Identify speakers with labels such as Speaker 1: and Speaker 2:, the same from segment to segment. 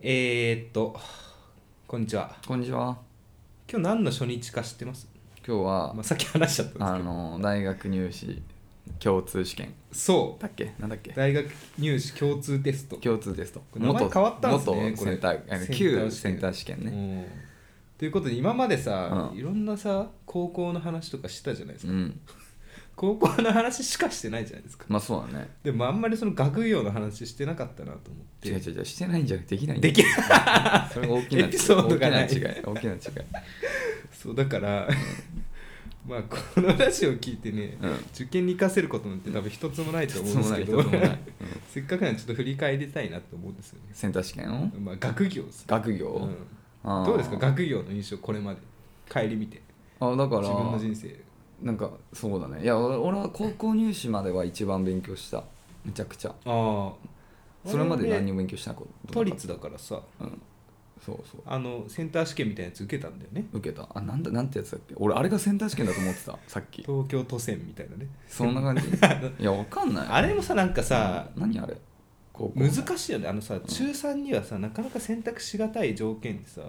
Speaker 1: えー、っとこんにちは
Speaker 2: こんにちは。
Speaker 1: 今日何の初日か知ってます、
Speaker 2: 今日は
Speaker 1: まあ、さっき話しちゃったんです
Speaker 2: あ
Speaker 1: けど
Speaker 2: の大学入試共通試験
Speaker 1: そ
Speaker 2: だっけなんだっけ
Speaker 1: う大学入試共通テスト、
Speaker 2: 共通テスト。
Speaker 1: これ名前変わったんですね
Speaker 2: 元
Speaker 1: これ
Speaker 2: センターあの
Speaker 1: センター試験
Speaker 2: 旧センター試験
Speaker 1: う
Speaker 2: ね。
Speaker 1: んということで今までさ、
Speaker 2: うん
Speaker 1: いろんなさ高校の話とかしてたじゃないです
Speaker 2: う
Speaker 1: か、
Speaker 2: ん。
Speaker 1: 高校の話しかしてないじゃないですか
Speaker 2: まあそうだね。
Speaker 1: でもあんまりその学業の話してなかったなと思っ
Speaker 2: 違う
Speaker 1: て
Speaker 2: 違う違うしてないんじゃなくてできないんだ
Speaker 1: でき
Speaker 2: それが大きな違い
Speaker 1: エピソードがない
Speaker 2: 大きな違い大きな違い
Speaker 1: そうだから まあこのラジオを聞いてね、
Speaker 2: うん
Speaker 1: 受験に生かせることなんて多分一つもないと思うんですけど
Speaker 2: 一つもない一つもないうん
Speaker 1: せっかくなんでちょっと振り返りたいなと思うんですよね
Speaker 2: センター試験を
Speaker 1: まあ学業です
Speaker 2: 学業、
Speaker 1: うん
Speaker 2: あー
Speaker 1: どうですか学業の印象これまで帰り見て
Speaker 2: あだから
Speaker 1: 自分の人生
Speaker 2: なんかそうだねいや俺俺は高校入試までは一番勉強しためちゃくちゃ
Speaker 1: ああ
Speaker 2: それまで何にも勉強しなかった
Speaker 1: 都立だからさ
Speaker 2: うんそうそう
Speaker 1: あのセンター試験みたいなやつ受けたんだよね
Speaker 2: 受けたあなんだなんてやつだっけ俺あれがセンター試験だと思って たさっき
Speaker 1: 東京都選みたいなね
Speaker 2: そん な感じいやわかんない
Speaker 1: あれもさなんかさ
Speaker 2: うん何あれ高校の
Speaker 1: 難しいよねあのさ中3にはさなかなか選択しがたい条件でさ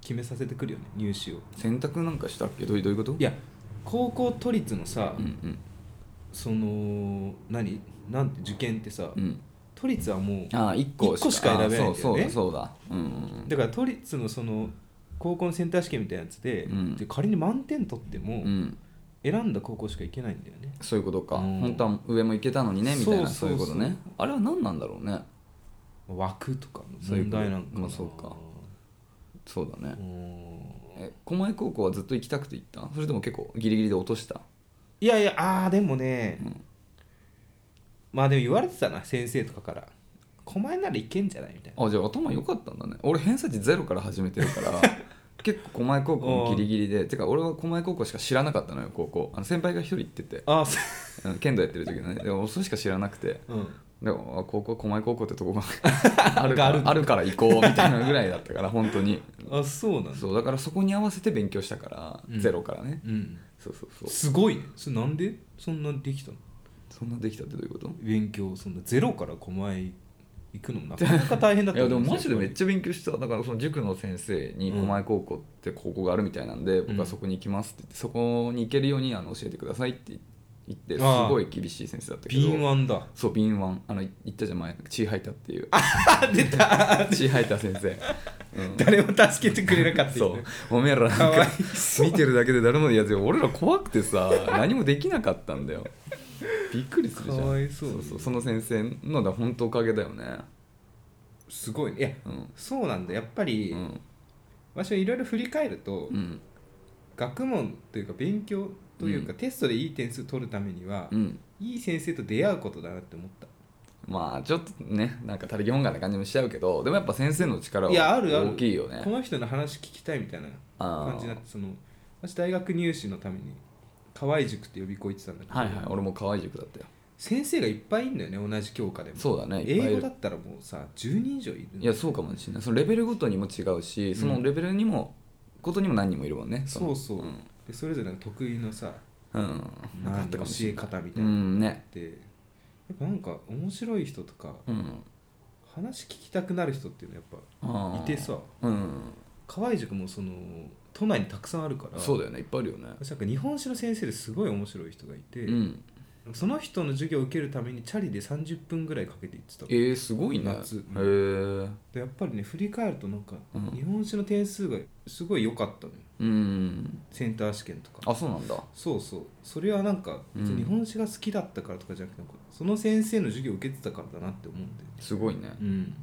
Speaker 1: 決めさせてくるよね入試を
Speaker 2: 選択なんかしたっけどういうどういうこと
Speaker 1: いや高校都立のさ、
Speaker 2: うんうん
Speaker 1: その何なんて受験ってさ、
Speaker 2: うん
Speaker 1: 都立はもう
Speaker 2: ああ1個
Speaker 1: 一個しか選べないんだよね
Speaker 2: あーそうそうだそうだうんうん
Speaker 1: だから都立のその高校のセンター試験みたいなやつで,、
Speaker 2: うん
Speaker 1: で仮に満点取っても、
Speaker 2: うん
Speaker 1: 選んだ高校しか行けないんだよね
Speaker 2: そういうことか
Speaker 1: うん
Speaker 2: 本当は上も行けたのにねみたいな
Speaker 1: そ
Speaker 2: そう
Speaker 1: そ
Speaker 2: ういう
Speaker 1: そう
Speaker 2: うことねあれは何なんだろうね
Speaker 1: 枠とかの問題なんかな
Speaker 2: そういうことまあそうだね
Speaker 1: うん
Speaker 2: え狛江高校はずっと行きたくて行ったそれとも結構ギリギリで落とした
Speaker 1: いやいやあーでもね、
Speaker 2: うん
Speaker 1: まあでも言われてたな先生とかから「狛江ならいけんじゃない?」みたいな
Speaker 2: あじゃあ頭良かったんだね俺偏差値ゼロから始めてるから 結構狛江高校もギリギリでてか俺は狛江高校しか知らなかったのよ高校あの先輩が一人行ってて
Speaker 1: あーそ
Speaker 2: うん剣道やってる時のねでもそれしか知らなくて
Speaker 1: う、うん、
Speaker 2: でもあ高校狛江高校ってと こがあるか
Speaker 1: あるん
Speaker 2: らあるから行こうみたいなぐらいだったから本当に
Speaker 1: あそうなんだ
Speaker 2: そうだからそこに合わせて勉強したから、
Speaker 1: うん
Speaker 2: ゼロからね
Speaker 1: うん
Speaker 2: そうそうそう
Speaker 1: すごいねそれなんでそんなできたの
Speaker 2: そんなできたってどういうこと
Speaker 1: 勉強そんなゼロから狛江行くのもなかなか大変だ
Speaker 2: い
Speaker 1: と
Speaker 2: やで
Speaker 1: 思
Speaker 2: も
Speaker 1: うん
Speaker 2: マジでめっ
Speaker 1: よ
Speaker 2: ちゃ勉強してただからその塾の先生に
Speaker 1: うん
Speaker 2: 狛江高校って高校があるみたいなんで、僕はそこに行きますって言ってそこに行けるようにあの教えてくださいって言ってす
Speaker 1: ああ
Speaker 2: ごい厳しい先生だったけど
Speaker 1: 敏腕だ
Speaker 2: そう敏腕あのい言ったじゃん前チーハイタっていう
Speaker 1: あ出た
Speaker 2: チーハイタ先生、うん
Speaker 1: 誰も助けてくれなかった
Speaker 2: そ
Speaker 1: よ
Speaker 2: う
Speaker 1: ね
Speaker 2: おめえらなん
Speaker 1: かわ
Speaker 2: か
Speaker 1: い
Speaker 2: 見てるだけで誰もいやでも俺ら怖くてさ何もできなかったんだよびっくりするじゃん
Speaker 1: かわいそう
Speaker 2: そうその先生のだ本当おかげだよね
Speaker 1: すごいねいや
Speaker 2: うん
Speaker 1: そうなんだやっぱり、
Speaker 2: うん
Speaker 1: 私はいろいろ振り返ると、
Speaker 2: うん
Speaker 1: 学問というか勉強というか、
Speaker 2: う
Speaker 1: テストでいい点数取るためには、
Speaker 2: うん
Speaker 1: いい先生と出会うことだなって思った
Speaker 2: まあちょっとねなんか他力本願な感じもしちゃうけどでもやっぱ先生の力はい
Speaker 1: やあるある
Speaker 2: 大きいよね
Speaker 1: この人の話聞きたいみたいな
Speaker 2: あー
Speaker 1: 感じになってその私大学入試のために河合塾って予備校行ってたんだけど、
Speaker 2: はいはい俺も河合塾だったよ
Speaker 1: 先生がいっぱいいるんだよね同じ教科でも
Speaker 2: そうだねいっぱいい
Speaker 1: 英
Speaker 2: る
Speaker 1: 語だったらもうさ10人以上いるん
Speaker 2: いやそうかもしれないそのレベルごとにも違うしそのレベルにも、ことにも何人もいるもんね
Speaker 1: そう
Speaker 2: の
Speaker 1: そう、
Speaker 2: うん、
Speaker 1: でそれぞれの得意のさ
Speaker 2: うん、
Speaker 1: なんか
Speaker 2: あった
Speaker 1: 教
Speaker 2: かもし
Speaker 1: え
Speaker 2: れない
Speaker 1: 方みた
Speaker 2: う
Speaker 1: いなのが
Speaker 2: んね
Speaker 1: あって、やっぱなんか面白い人とか
Speaker 2: うん
Speaker 1: 話聞きたくなる人っていうのはやっ
Speaker 2: あー
Speaker 1: いてさ
Speaker 2: うん
Speaker 1: ぱ河合塾もその都内にたくさんあるから
Speaker 2: そうだよねいっぱいあるよね
Speaker 1: 私なんか日本史の先生ですごい面白い人がいて、
Speaker 2: うん
Speaker 1: その人の授業を受けるためにチャリで30分ぐらいかけて行ってたの
Speaker 2: えー、すごいね
Speaker 1: 夏
Speaker 2: へえ
Speaker 1: でやっぱりね振り返るとなんか、
Speaker 2: うん
Speaker 1: 日本史の点数がすごい良かったのよ
Speaker 2: うん
Speaker 1: センター試験とか
Speaker 2: あそうなんだ
Speaker 1: そうそうそれはなんか別に日本史が好きだったからとかじゃなくて、なんかその先生の授業を受けてたからだなって思うんだよね
Speaker 2: すごいね
Speaker 1: うん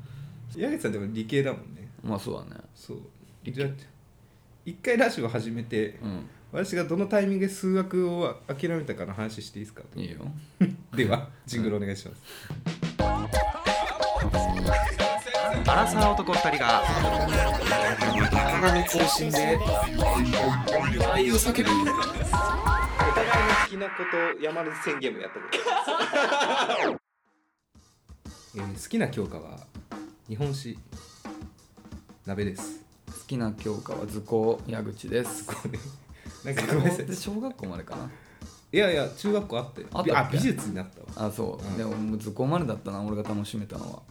Speaker 1: 矢口さんでも理系だもんね
Speaker 2: まあそうだね
Speaker 1: そう
Speaker 2: 理系
Speaker 1: じゃあ一回ラジオ始めて
Speaker 2: うん
Speaker 1: 私がどのタイミングで数学を諦めたかの話していいですか
Speaker 2: いいよ
Speaker 1: ではジングルお願いします、
Speaker 2: アラサー男2人が
Speaker 1: お互いの好きなことを山根宣言もやった ことです、えー好きな教科は日本史鍋です
Speaker 2: 好きな教科は図工矢口です
Speaker 1: これなんか
Speaker 2: 図
Speaker 1: ごめんな
Speaker 2: 工
Speaker 1: さ
Speaker 2: っ
Speaker 1: い
Speaker 2: て小学校までかない
Speaker 1: やいや中学校あったよ
Speaker 2: あったっけ
Speaker 1: 美術になったわ
Speaker 2: あそう、
Speaker 1: うん
Speaker 2: でももう図工までだったな俺が楽しめたの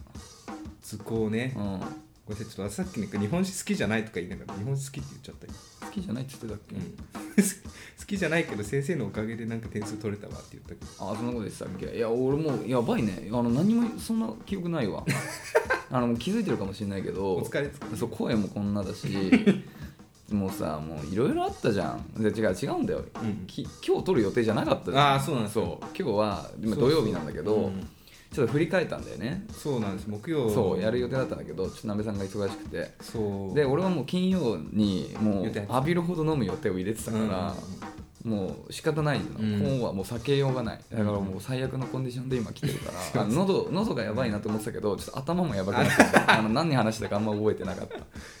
Speaker 1: 図工ね、
Speaker 2: は
Speaker 1: ごめんなさいちょっとさっきなんか日本史好きじゃないとか言いながら日本史好きって言っちゃった
Speaker 2: 好きじゃないって言ってたっけ、
Speaker 1: 今、 好きじゃないけど先生のおかげでなんか点数取れたわって言ったけど
Speaker 2: あそんなこと言ってたっけいや俺もうやばいねあの何もそんな記 憶ないわあの気づいてるかもしれないけど
Speaker 1: お疲れつか
Speaker 2: そう声もこんなだ しもうさもういろいろあったじゃんで違う違うんだよ、
Speaker 1: うん
Speaker 2: き今日撮る予定じゃなかったじゃん
Speaker 1: あーそうなんですよ
Speaker 2: そう今日は今
Speaker 1: そうそう
Speaker 2: 土曜日なんだけど
Speaker 1: うん
Speaker 2: ちょっと振り返ったんだよね
Speaker 1: そうなんです木曜
Speaker 2: そうやる予定だったんだけどちょっとなべさんが忙しくて
Speaker 1: そう
Speaker 2: で俺はもう金曜にもう
Speaker 1: 予定入ってた
Speaker 2: 浴びるほど飲む予定を入れてたから、もう仕方ないの、
Speaker 1: うん
Speaker 2: 今後はもう避けようがないだからもう最悪のコンディションで今来てるか
Speaker 1: そう
Speaker 2: らあの喉喉がやばいなと思ってたけどちょっと頭もやばくなって たあの何話したかあんま覚えてなかっ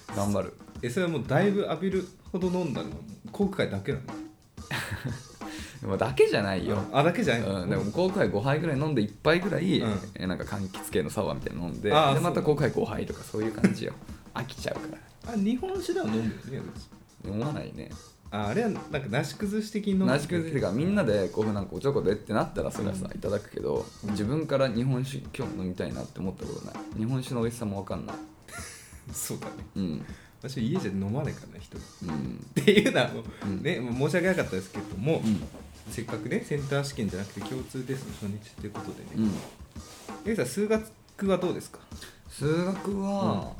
Speaker 2: た頑張る
Speaker 1: えそれはもうだいぶ浴びるほど飲んだのは航空会だけなの
Speaker 2: でもだけじゃないよ、
Speaker 1: あだけじゃないの
Speaker 2: うん、でも航空杯5杯ぐらい飲んで1杯ぐらい、
Speaker 1: うん
Speaker 2: えなんか柑橘系のサワーみたいなの飲んでで
Speaker 1: あーそう
Speaker 2: また航空杯5杯とかそういう感じよ飽きちゃうから
Speaker 1: あ日本酒では飲むよね別に
Speaker 2: 思わないね
Speaker 1: ああれはなんかなし崩し的に飲む
Speaker 2: 同じくてかみんなでこういうふうなんかおちょこでってなったらそれはさ、
Speaker 1: う
Speaker 2: いただくけど自分から日本酒今日飲みたいなって思ったことない日本酒の美味しさも分かんない
Speaker 1: そうだね
Speaker 2: うん
Speaker 1: 私家じゃ飲まないからね一人
Speaker 2: うん
Speaker 1: っていうのはもう、
Speaker 2: うん
Speaker 1: ね、もう申し訳なかったですけども、せっかくねセンター試験じゃなくて共通テストの初日ということで
Speaker 2: う
Speaker 1: ね、
Speaker 2: ん
Speaker 1: えさん数学はどうですか
Speaker 2: 数学は、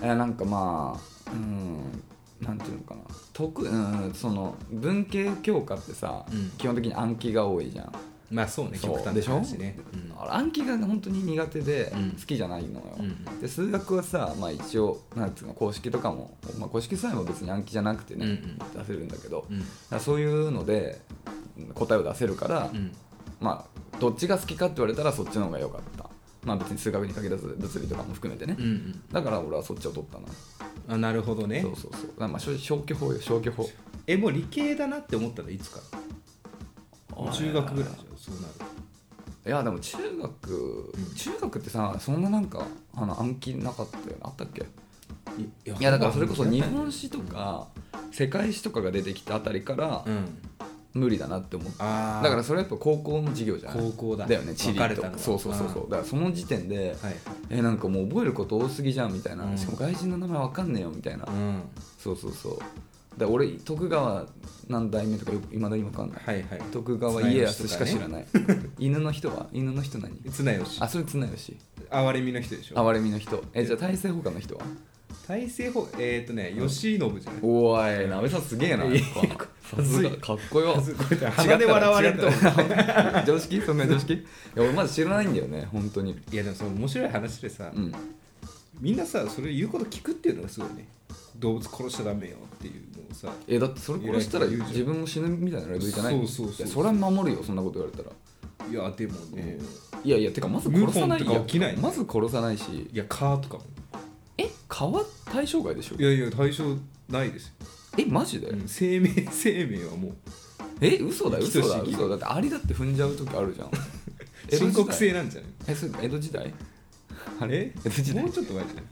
Speaker 2: えなんかまあうんなんていうのかな特、うん、その文系教科ってさ、
Speaker 1: うん
Speaker 2: 基本的に暗記が多いじゃん
Speaker 1: まあそうね
Speaker 2: そう
Speaker 1: 極端
Speaker 2: でしょ
Speaker 1: 話ね、うん
Speaker 2: あれ暗記が本当に苦手で
Speaker 1: うん
Speaker 2: 好きじゃないのよ、
Speaker 1: うん
Speaker 2: で数学はさ、まあ、一応なんつうの公式とかも、まあ、公式さえも別に暗記じゃなくてね、
Speaker 1: うんうん
Speaker 2: 出せるんだけど、
Speaker 1: うん
Speaker 2: だからそういうので答えを出せるから、
Speaker 1: うん
Speaker 2: まあどっちが好きかって言われたらそっちの方が良かったまあ別に数学に限らず物理とかも含めてね、
Speaker 1: うんうん
Speaker 2: だから俺はそっちを取ったな
Speaker 1: あなるほどね
Speaker 2: そうそうそうだからまあ消消去法よ消去法
Speaker 1: えもう理系だなって思ったのいつからもう中学ぐらいでしょそうなる
Speaker 2: いやでも中学
Speaker 1: うん
Speaker 2: 中学ってさそんななんかあの暗記なかったよねあったっけ
Speaker 1: い
Speaker 2: いやだからそれこそ日本史とか世界史とかが出てきたあたりから
Speaker 1: うん
Speaker 2: 無理だなって思った
Speaker 1: ああ
Speaker 2: だからそれやっぱ高校の授業じゃない
Speaker 1: 高校だ
Speaker 2: だよね地理
Speaker 1: 分かれ
Speaker 2: と
Speaker 1: た
Speaker 2: か
Speaker 1: の
Speaker 2: そうそうそうそうだからその時点で
Speaker 1: はい
Speaker 2: えなんかもう覚えること多すぎじゃんみたいな、
Speaker 1: うん
Speaker 2: しかも外人の名前わかんねえよみたいな、
Speaker 1: うん
Speaker 2: そうそうそうだから俺徳川何代目とかいまだにわかんない
Speaker 1: はいはい
Speaker 2: 徳川家康しか知らない、犬の人は犬の人 何
Speaker 1: 綱吉
Speaker 2: あそれ綱吉
Speaker 1: 哀れみの人でしょ
Speaker 2: 哀れみの人えじゃあ大政奉還の人は
Speaker 1: 大政法えっ、ー、とね吉信じゃない
Speaker 2: おーいなべさんすげえなやっぱさすがかっこよ
Speaker 1: 恥ずこれ鼻で笑われると思う
Speaker 2: う常識そんな常識いや俺まだ知らないんだよね本当に
Speaker 1: いやでもその面白い話でさ、
Speaker 2: うん
Speaker 1: みんなさそれ言うこと聞くっていうのがすごいね動物殺しちゃダメよっていうのをさ
Speaker 2: えだってそれ殺したら
Speaker 1: いやいや
Speaker 2: 自分も死ぬみたいなレベルじゃない
Speaker 1: そうそうそう
Speaker 2: いやそれは守るよそんなこと言われたら
Speaker 1: いやでもね、
Speaker 2: いやいやてかまず殺さな
Speaker 1: 謀反
Speaker 2: い
Speaker 1: とか起きない
Speaker 2: やまず殺さないし
Speaker 1: いや蚊とかも
Speaker 2: え川対象外でしょ
Speaker 1: いやいや対象ないですよ、
Speaker 2: えマジで、
Speaker 1: 生命生命はもう
Speaker 2: え嘘だ嘘だ
Speaker 1: 人質
Speaker 2: 嘘だだってアリだって踏んじゃう時あるじゃん 江戸時代
Speaker 1: 深刻性なんじゃない
Speaker 2: えそれ江戸時代
Speaker 1: あれ
Speaker 2: 江戸時代
Speaker 1: もうちょっと前じゃない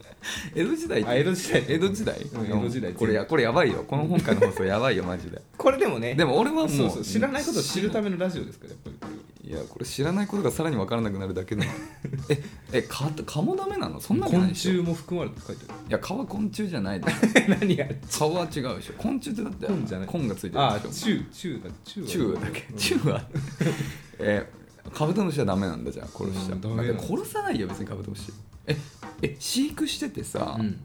Speaker 2: 江戸時代って
Speaker 1: あ江戸時代
Speaker 2: 江戸時代
Speaker 1: うん江戸時代
Speaker 2: これやこれやばいよこの今回の放送やばいよマジで
Speaker 1: これでもね
Speaker 2: でも俺はもう
Speaker 1: そうそう知らないことを知るた
Speaker 2: め
Speaker 1: めのラジオですからやっぱりこれはい
Speaker 2: やこれ知らないことがさらに分からなくなるだけだ ええ蚊蚊もダメなのそんなことない
Speaker 1: 昆
Speaker 2: でし
Speaker 1: 虫
Speaker 2: ょ
Speaker 1: も含まれて書いて
Speaker 2: いや蚊は昆虫じゃないでしょ
Speaker 1: ある 何や
Speaker 2: 顔は違うでしょ昆虫ってだって
Speaker 1: 昆じゃない
Speaker 2: 昆がついてる
Speaker 1: ああ
Speaker 2: でしょ
Speaker 1: 中中だ中
Speaker 2: チュウだっけチュウはえーカブトムシはダメなんだじゃあ殺しちゃ
Speaker 1: うんダメなん
Speaker 2: う
Speaker 1: だ
Speaker 2: だって殺さないよ別にカブトムシええ飼育しててさ、
Speaker 1: うん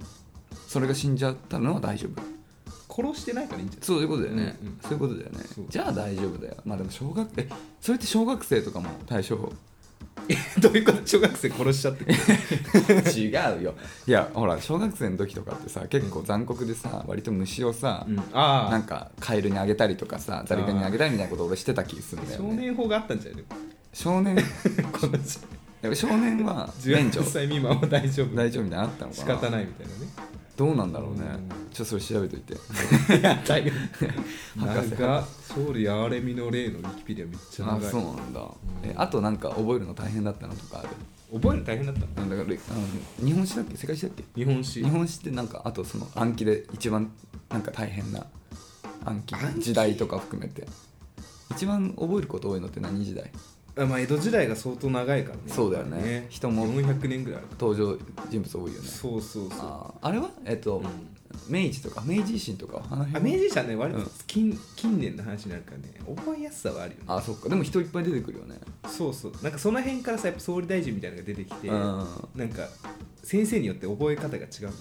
Speaker 2: それが死んじゃったのは大丈夫
Speaker 1: 殺してないからいいんじゃない
Speaker 2: そういうことだよね、
Speaker 1: うんうん
Speaker 2: そういうことだよね
Speaker 1: そう
Speaker 2: じゃあ大丈夫だよまあでも小学えそれって小学生とかも対処法
Speaker 1: どういう こと小学生殺しちゃって
Speaker 2: 違うよいやほら小学生の時とかってさ結構残酷でさ割と虫をさ、
Speaker 1: うん、あ
Speaker 2: なんかカエルにあげたりとかさザリガニにあげたりみたいなこと俺してた気するんだよ
Speaker 1: 少
Speaker 2: ね
Speaker 1: 年法があったんじゃ ない
Speaker 2: 少年
Speaker 1: この
Speaker 2: やっぱ少 年は免除
Speaker 1: 18歳未満は大丈夫
Speaker 2: 大丈夫みたいなのあったのか
Speaker 1: 仕
Speaker 2: な
Speaker 1: 方ないみたいなね
Speaker 2: どうなんだろうね
Speaker 1: うん
Speaker 2: ちょっとそれ調べと いて
Speaker 1: 大丈
Speaker 2: 博士
Speaker 1: 長ソウルやあれみの例のウィキペディアめっちゃ
Speaker 2: あ
Speaker 1: 長い
Speaker 2: そうなんだえあとなんか覚えるの大変だったのとかある
Speaker 1: 覚えるの大変だったの
Speaker 2: なんだかれあの日本史だっけ世界史だっけ
Speaker 1: 日本史
Speaker 2: 日本史ってなんかあとその暗記で一番なんか大変な暗記
Speaker 1: 暗記
Speaker 2: 時代とか含めて一番覚えること多いのって何時代
Speaker 1: あまあ江戸時代が相当長いからね
Speaker 2: そうだよね
Speaker 1: やっぱり
Speaker 2: 人も
Speaker 1: 400年ぐらいあるか
Speaker 2: 登場人物多いよ
Speaker 1: ら
Speaker 2: ね
Speaker 1: そうそうそうあ
Speaker 2: あーあれはえっと、
Speaker 1: うん
Speaker 2: 明治とか明治維新とかあの辺は
Speaker 1: 明治じゃね割と
Speaker 2: うん
Speaker 1: 近近年の話になるからね覚えやすさはあるよね
Speaker 2: あそっかでも人いっぱい出てくるよね
Speaker 1: そうそうなんかその辺からさやっぱ総理大臣みたいなのが出てきて
Speaker 2: うん
Speaker 1: なんか先生によって覚え方が違うんだよ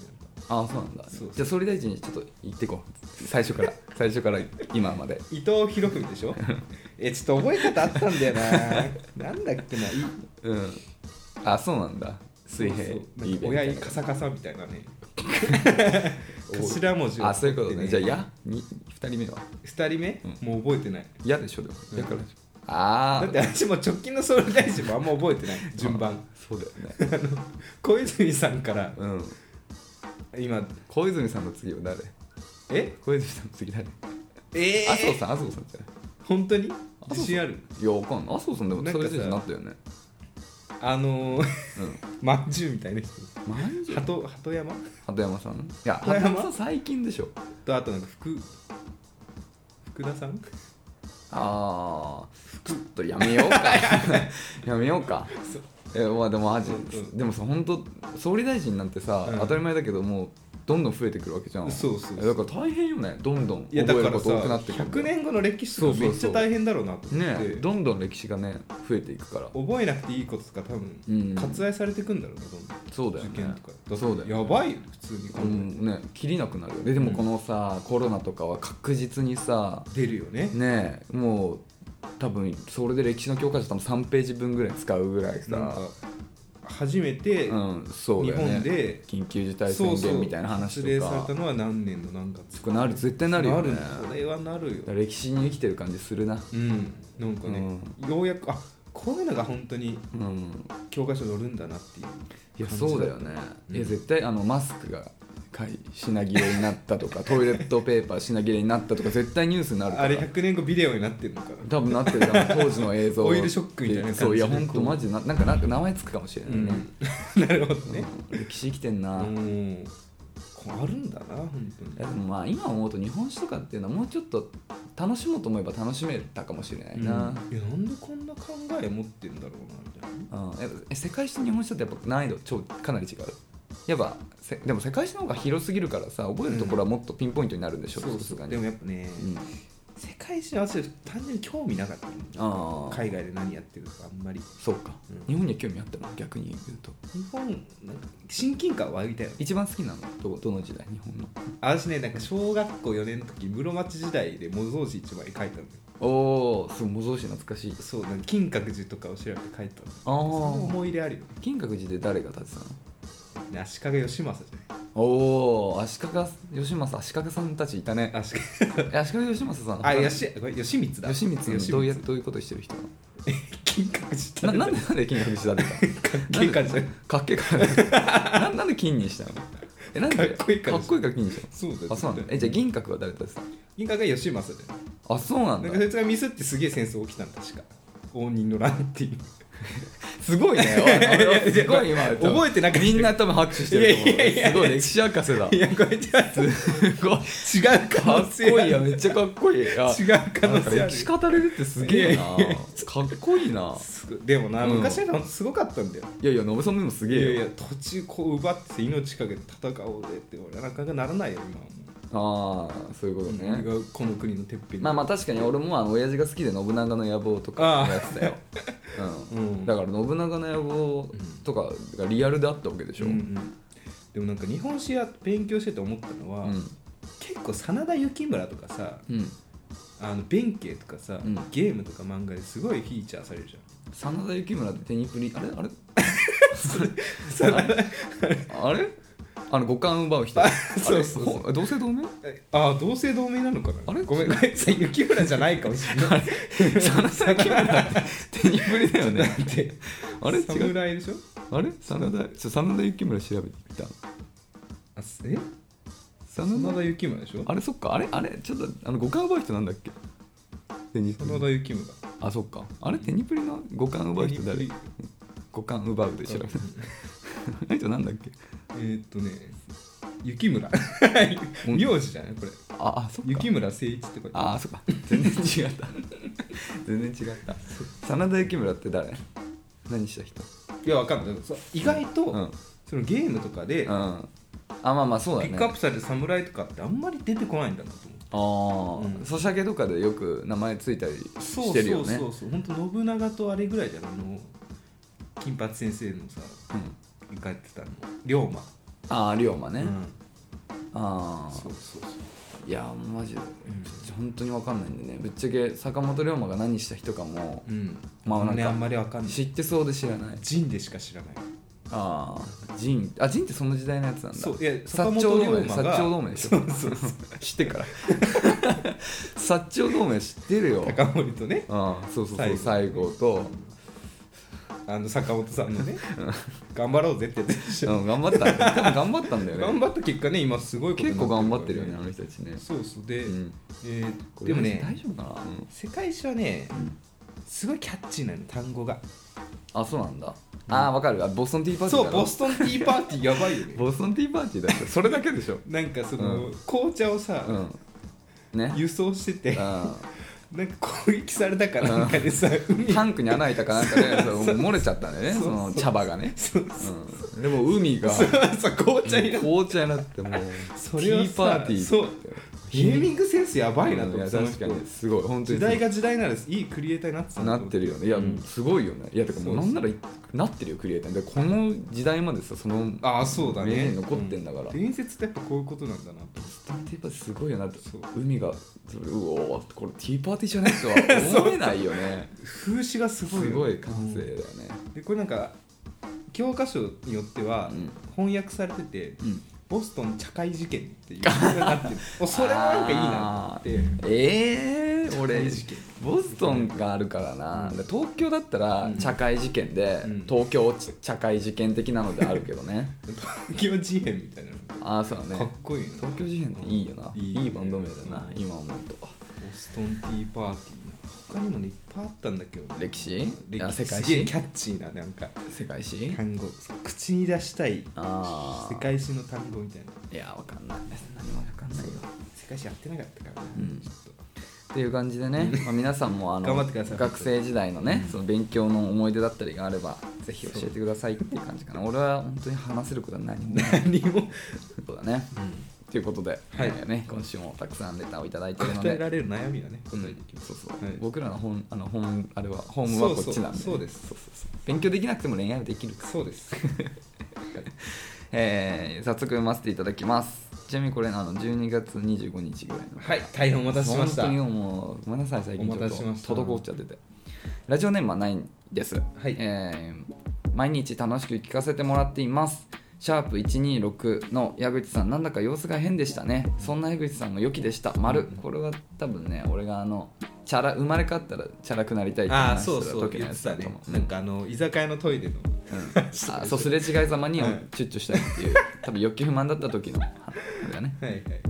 Speaker 2: あそうなんだ
Speaker 1: そうそう
Speaker 2: じゃあ総理大臣にちょっと行ってこう最初から 最初から今まで
Speaker 1: 伊藤博文でしょ えちょっと覚え方あったんだよ ななんだっけない
Speaker 2: うんあそうなんだ水平
Speaker 1: そうそう
Speaker 2: い
Speaker 1: ないんか
Speaker 2: べ
Speaker 1: 親
Speaker 2: み
Speaker 1: に
Speaker 2: た
Speaker 1: カ
Speaker 2: いな
Speaker 1: サカサみたいなね
Speaker 2: お
Speaker 1: 頭文字を
Speaker 2: あそういうことね
Speaker 1: 取っ
Speaker 2: じゃ
Speaker 1: て
Speaker 2: あ「や」に2人目は
Speaker 1: 2人目、
Speaker 2: う
Speaker 1: もう覚えてない
Speaker 2: 「や」でしょでも「
Speaker 1: うん
Speaker 2: や」からでしょあ
Speaker 1: だ
Speaker 2: あ
Speaker 1: って私も直近の総理大臣もあんま覚えてない順番
Speaker 2: そうだよね
Speaker 1: 小泉さんから
Speaker 2: うん
Speaker 1: 今
Speaker 2: 小泉さんの次は誰
Speaker 1: え
Speaker 2: 小泉さんの次誰
Speaker 1: え
Speaker 2: 麻生
Speaker 1: ん
Speaker 2: さん麻生さんじゃない
Speaker 1: 本当に
Speaker 2: 生
Speaker 1: 自信ある
Speaker 2: いやわかんない麻生さんでも
Speaker 1: なん
Speaker 2: 総
Speaker 1: か
Speaker 2: 理
Speaker 1: さ
Speaker 2: 大臣になったよね
Speaker 1: あのー、
Speaker 2: うん
Speaker 1: まんじゅうみたいな人
Speaker 2: まんじゅう
Speaker 1: 鳩鳩山
Speaker 2: 鳩山さんいや
Speaker 1: 鳩
Speaker 2: 鳩
Speaker 1: 山
Speaker 2: 山さん最近でしょ
Speaker 1: とあとなんか福福田さん
Speaker 2: ああちょっとやめよう か やめようか
Speaker 1: そう
Speaker 2: えまあでもマジ
Speaker 1: うん
Speaker 2: でもさ本当総理大臣なんてさ、
Speaker 1: うん
Speaker 2: 当たり前だけどもうどんどん増えてくるわけじゃん
Speaker 1: そうそうそう
Speaker 2: えだから大変よねどんどん
Speaker 1: いやだ
Speaker 2: 覚え
Speaker 1: か
Speaker 2: る
Speaker 1: ら
Speaker 2: こ
Speaker 1: さ
Speaker 2: と多くなってくる
Speaker 1: 100年後の歴史とかめっちゃ大変だろうなと思って
Speaker 2: ねどんどん歴史がね増えていくから
Speaker 1: 覚えなくていいこととか多分、
Speaker 2: うん
Speaker 1: 割愛されていくんだろうねどんどん
Speaker 2: そうだよ
Speaker 1: 受験
Speaker 2: ね
Speaker 1: とか
Speaker 2: そうだよね
Speaker 1: やばいよ普通に考え
Speaker 2: う
Speaker 1: て、
Speaker 2: んね切りなくなるよねでもこのさ、コロナとかは確実にさ
Speaker 1: 出るよね
Speaker 2: ねもう多分それで歴史の教科書多分3ページ分ぐらい使うぐらいさ
Speaker 1: なんか初めて、
Speaker 2: うん、そうだよね
Speaker 1: 日本で
Speaker 2: 緊急事態宣言みたいな話
Speaker 1: 発令
Speaker 2: と
Speaker 1: さ
Speaker 2: か
Speaker 1: れたのは何年の何月
Speaker 2: そこなる絶対なるよね
Speaker 1: これはなるよ
Speaker 2: 歴史に生きてる感じするな
Speaker 1: うんなんかね、ようやくあこういうのが本当に
Speaker 2: うん
Speaker 1: 教科書に載るんだなっていう
Speaker 2: いや
Speaker 1: 感じだった
Speaker 2: そうだよね、
Speaker 1: うん
Speaker 2: いや絶対あのマスクが買い品切れになった とかトイレットペーパー品切れになったとか絶対ニュースになるか
Speaker 1: あ
Speaker 2: ら
Speaker 1: れ100年後ビデオになってるのかな
Speaker 2: 多分なってる多分当時の映像
Speaker 1: オイルショックみたいな感じで
Speaker 2: そういや本当マジななんかなんか名前つくかもしれないね、
Speaker 1: うん なるほどね
Speaker 2: うん歴史生きてん
Speaker 1: う
Speaker 2: な、い
Speaker 1: んこうあるんだな本当
Speaker 2: や
Speaker 1: に
Speaker 2: でもまあ今思うと日本史とかっていうのはもうちょっと楽しもうと思えば楽しめたかもしれな
Speaker 1: う
Speaker 2: いな、
Speaker 1: んいやなんでこんな考え持ってんだろうなみたいな
Speaker 2: うんやっぱえ世界史と日本史だってやっぱ難易度超かなり違うやっぱせでも世界史の方が広すぎるからさ覚えるところはもっとピンポイントになるんでしょ、
Speaker 1: そう
Speaker 2: さす
Speaker 1: そ
Speaker 2: が
Speaker 1: う
Speaker 2: に
Speaker 1: でもやっぱね、
Speaker 2: うん
Speaker 1: 世界史の私単純に興味なかったの
Speaker 2: ああ
Speaker 1: 海外で何やってるとかあんまり
Speaker 2: そうか、
Speaker 1: うん
Speaker 2: 日本には興味あったの逆に言うと
Speaker 1: 日本なんか親近感湧いたよ
Speaker 2: 一番好きなのどどの時代日本の
Speaker 1: 私ねなんか小学校4年の時室町時代で模造紙一枚書いたのよ
Speaker 2: おおすごい模造紙懐かしい
Speaker 1: そうなんか金閣寺とかを調べて書いたの
Speaker 2: あ
Speaker 1: その
Speaker 2: あ
Speaker 1: 思い入れあるよ
Speaker 2: 金閣寺で誰が建てたの
Speaker 1: ね足利義政じゃ
Speaker 2: おお足利義政足利さんたちいたね
Speaker 1: ない足利
Speaker 2: え足利義政さん
Speaker 1: あよしこれ義満だ
Speaker 2: 義満どうや
Speaker 1: 義満
Speaker 2: どういうことしてる人
Speaker 1: 金閣
Speaker 2: な
Speaker 1: 寺
Speaker 2: のな
Speaker 1: だ
Speaker 2: なんでなんで金閣寺建てたの
Speaker 1: 金閣寺だ
Speaker 2: かっけえ からななんで金にしたのえなんで
Speaker 1: かっこいいから
Speaker 2: かっこいいから金にした
Speaker 1: そうだよ
Speaker 2: のあそうなんだえじゃあ銀閣は誰だってた
Speaker 1: 銀閣が義政だよ
Speaker 2: あそうなん
Speaker 1: な
Speaker 2: だ
Speaker 1: んかそいつがミスってすげえ戦争起きたん確か応仁の乱っていう
Speaker 2: す ごいねおいすごい今
Speaker 1: 覚えてなくて
Speaker 2: みんな多分拍手してると思
Speaker 1: い
Speaker 2: う
Speaker 1: やいやいや
Speaker 2: すごい歴史博士だ
Speaker 1: いやこれじゃあ
Speaker 2: すごい
Speaker 1: 違う可
Speaker 2: か
Speaker 1: 能
Speaker 2: っ
Speaker 1: 性
Speaker 2: こ
Speaker 1: あ
Speaker 2: いい
Speaker 1: る
Speaker 2: やめっちゃかっこいいいや
Speaker 1: 違う可能性あ
Speaker 2: なんか
Speaker 1: る
Speaker 2: 歴史語れるってすげえない
Speaker 1: やいやい
Speaker 2: かっこいいな
Speaker 1: すごいでもな、
Speaker 2: うん
Speaker 1: 昔はすごかったんだよ
Speaker 2: いやいや信さんでもす
Speaker 1: い
Speaker 2: げ
Speaker 1: や
Speaker 2: えよ
Speaker 1: いや土地こう奪って命かけて戦おうぜって俺はなかなかならないよ今はも
Speaker 2: ああそういうこと
Speaker 1: う、
Speaker 2: ね
Speaker 1: 俺がこの国のてっぺんに
Speaker 2: まあまあ確かに俺もあの親父が好きで信長の野望とかやってたよ、うん
Speaker 1: うん
Speaker 2: だから信長の野望とかがリアルであったわけでしょ、
Speaker 1: うんうんでもなんか日本史や勉強してて思ったのは、
Speaker 2: うん
Speaker 1: 結構真田幸村とかさ
Speaker 2: うん
Speaker 1: あの弁慶とかさ、
Speaker 2: うん
Speaker 1: ゲームとか漫画ですごいフィーチャーされるじゃん
Speaker 2: 真田幸村ってテニプリあれあれ
Speaker 1: 真田
Speaker 2: あれあの五感奪う人あれ
Speaker 1: そうそうそう
Speaker 2: ほ同姓同名
Speaker 1: えああ同姓同名なのかな
Speaker 2: あれ
Speaker 1: ごめんごめんさ 雪村じゃないかもしれ ない
Speaker 2: 真田幸村ってテニプリだよね
Speaker 1: って
Speaker 2: あれ違う
Speaker 1: 侍でしょ
Speaker 2: あれ真田ちょ真田幸村調べてきた
Speaker 1: あすえ
Speaker 2: 真
Speaker 1: 真
Speaker 2: 田
Speaker 1: 田幸村でしょ
Speaker 2: あれそっかあれあれちょっとあの五感奪う人なんだっけテニプリ
Speaker 1: 真田幸村
Speaker 2: あそっかあれテニプリの五感奪う人
Speaker 1: テ
Speaker 2: 誰
Speaker 1: ニプ
Speaker 2: 五感奪うでしょあれ人なんだっけ
Speaker 1: えー、っとね雪 村
Speaker 2: うん
Speaker 1: 名字じゃないこれ
Speaker 2: ああそっ か
Speaker 1: 雪村誠一って書いてある
Speaker 2: ああそっか全然違った全然違った真田幸村って誰何した人
Speaker 1: いやわかんないそう意外と、
Speaker 2: うん、うん、
Speaker 1: そのゲームとかで、
Speaker 2: あまあまあそうだ
Speaker 1: ピ
Speaker 2: ね
Speaker 1: ックアップされる侍とかってあんまり出てこないんだなと思って
Speaker 2: あ
Speaker 1: う
Speaker 2: あ、
Speaker 1: ん
Speaker 2: ソシャゲとかでよく名前ついたりしてるよね
Speaker 1: そうそうそう本当信長とあれぐらいじゃんあの金八先生のさ
Speaker 2: うん
Speaker 1: 書いてたの龍馬
Speaker 2: ああ龍馬ね、
Speaker 1: うん
Speaker 2: ああ
Speaker 1: そうそうそう
Speaker 2: いやマジで
Speaker 1: う
Speaker 2: 本当に分かんないんでねぶっちゃけ坂本龍馬が何した人かも
Speaker 1: うん
Speaker 2: まあなんか
Speaker 1: ねあんまりわかんない
Speaker 2: 知ってそうで知らない
Speaker 1: 陣でしか知らない
Speaker 2: ああ陣あ陣ってその時代のやつなんだ
Speaker 1: そういや坂
Speaker 2: 薩
Speaker 1: 本
Speaker 2: 長
Speaker 1: 龍
Speaker 2: 同盟
Speaker 1: 馬
Speaker 2: 薩
Speaker 1: が
Speaker 2: 長同盟でしょ
Speaker 1: そうそうそう
Speaker 2: 知ってから薩長同盟知ってるよ
Speaker 1: 高森とね
Speaker 2: ああそうそうそう
Speaker 1: 西
Speaker 2: 西郷と、
Speaker 1: あの坂本さんのね頑張ろうぜってやってたでし
Speaker 2: う
Speaker 1: ょ
Speaker 2: ん、頑張った 多分頑張ったんだよ
Speaker 1: 頑
Speaker 2: ね
Speaker 1: 張った結果ね今すごいことに
Speaker 2: 結
Speaker 1: な
Speaker 2: 構頑張ってるよ
Speaker 1: から
Speaker 2: ねあの人たちね、
Speaker 1: そうそうで、
Speaker 2: うん、
Speaker 1: えーでも
Speaker 2: 大
Speaker 1: ね
Speaker 2: 丈夫かな、うん
Speaker 1: 世界史はね
Speaker 2: ん
Speaker 1: すごいキャッチーなの単語が
Speaker 2: あそうなんだ、ああ分かるあボストンティーパーティ
Speaker 1: そ
Speaker 2: ーだ
Speaker 1: う
Speaker 2: ろ
Speaker 1: ボストンティーパーティーやばいよね
Speaker 2: ボストンティーパーティーだってそれだけでしょ
Speaker 1: なんかその、
Speaker 2: う
Speaker 1: 紅茶をさ、
Speaker 2: うんね
Speaker 1: 輸送してて
Speaker 2: あ
Speaker 1: なんか攻撃されたかなんかでさ海
Speaker 2: ータンクに穴開いたかなんかで そう漏れちゃったんだよね
Speaker 1: そう
Speaker 2: その茶葉がね、
Speaker 1: そう
Speaker 2: うん、でも海が
Speaker 1: そうそう紅茶になって
Speaker 2: 紅茶になってもう
Speaker 1: それは
Speaker 2: ティ
Speaker 1: さ
Speaker 2: ーパーティー
Speaker 1: そうゲーミングセンスやばいなと
Speaker 2: うんい
Speaker 1: 思っ
Speaker 2: や
Speaker 1: て、
Speaker 2: 確かにすごい本当
Speaker 1: 時
Speaker 2: に
Speaker 1: 代が時代ならいいクリエイターになってた
Speaker 2: なってるよねいや、
Speaker 1: うん
Speaker 2: すごいよねいやてか
Speaker 1: そ
Speaker 2: もう
Speaker 1: う
Speaker 2: な
Speaker 1: そうん
Speaker 2: ならいなってるよクリエイターでこの時代までさその
Speaker 1: ああそうだ
Speaker 2: 名
Speaker 1: ね
Speaker 2: 言残ってんだから
Speaker 1: う伝説ってやっぱこういうことなんだなと
Speaker 2: スタンティーパーティーすごいよなって
Speaker 1: そう
Speaker 2: 海がそれうおーこれティーパーティーじゃないと は思えないよね
Speaker 1: 風刺がすごいよ
Speaker 2: すごい感
Speaker 1: う
Speaker 2: 性だよね
Speaker 1: んでこれなんか教科書によっては
Speaker 2: うん
Speaker 1: 翻訳されてて、
Speaker 2: うん
Speaker 1: ボストン茶会事件っていうのになって るおそれはなんかいいなって
Speaker 2: ええー、俺
Speaker 1: 茶会事件
Speaker 2: ボストンがあるからな
Speaker 1: うん
Speaker 2: 東京だったら
Speaker 1: うん
Speaker 2: 茶会事件で、
Speaker 1: うん
Speaker 2: 東京茶会事件的なのであるけど ね
Speaker 1: 東京事変みたいなの
Speaker 2: ああそうだ
Speaker 1: がかっ
Speaker 2: ね
Speaker 1: こいいな
Speaker 2: 東京事変っていいよない
Speaker 1: い
Speaker 2: い
Speaker 1: よね
Speaker 2: いバンド名だな
Speaker 1: うん
Speaker 2: 今思うと
Speaker 1: ボストンティーパーティー他にもねいっぱいあったんだけど
Speaker 2: 歴史
Speaker 1: 歴
Speaker 2: あ
Speaker 1: 史
Speaker 2: 世界史
Speaker 1: すげえキャッチーななんか
Speaker 2: 世界史
Speaker 1: 単語口に出したい
Speaker 2: ああ
Speaker 1: 世界史の単語みたいない
Speaker 2: やわかんない何もわかんないよ
Speaker 1: 世界史やってなかったからな、
Speaker 2: うん
Speaker 1: ちょっと
Speaker 2: っていう感じでね、まあ、皆さんもあの
Speaker 1: 頑張ってください
Speaker 2: 学生時代のね、
Speaker 1: うん
Speaker 2: その勉強の思い出だったりがあればぜひ教えてくださいっていう感じかな俺は本当に話せることは何もない
Speaker 1: 何も、
Speaker 2: そうだねということで、
Speaker 1: はい
Speaker 2: えーね、今週もたくさんレターをいただいてるの
Speaker 1: 答え
Speaker 2: で、
Speaker 1: られる悩みはね
Speaker 2: う
Speaker 1: 答えてい
Speaker 2: ん
Speaker 1: きます、
Speaker 2: そうそう
Speaker 1: はい
Speaker 2: 僕らの本あの本あれはホームはこっちなんで
Speaker 1: そうそうそうです
Speaker 2: そうそうそう勉強できなくても恋愛はできるから
Speaker 1: そうです
Speaker 2: えー早速読ませていただきますちなみにこれあの12月25日ぐらいの
Speaker 1: はい大変お待たせしました
Speaker 2: 本当にもうごめんなさい最近ち
Speaker 1: お
Speaker 2: ょっ
Speaker 1: 待た
Speaker 2: と
Speaker 1: せしました
Speaker 2: 滞っちゃっててラジオネームはないんです、
Speaker 1: い
Speaker 2: えー毎日楽しく聞かせてもらっていますシャープ126の矢口さんなんだか様子が変でしたねそんな矢口さんも良きでした丸これは多分ね俺があのチャラ生まれ変わったらチャラくなりたいって
Speaker 1: ああ
Speaker 2: 話し
Speaker 1: そう
Speaker 2: てた
Speaker 1: そう
Speaker 2: 時の
Speaker 1: 言
Speaker 2: や
Speaker 1: っ
Speaker 2: つ
Speaker 1: て
Speaker 2: だ
Speaker 1: た
Speaker 2: と
Speaker 1: ね
Speaker 2: 思う
Speaker 1: なんかあの居酒屋のトイレの
Speaker 2: あ そうすれ違いざまに
Speaker 1: うん
Speaker 2: チュッチュしたいっていう多分欲求不満だった時のあれだね
Speaker 1: はいはいはい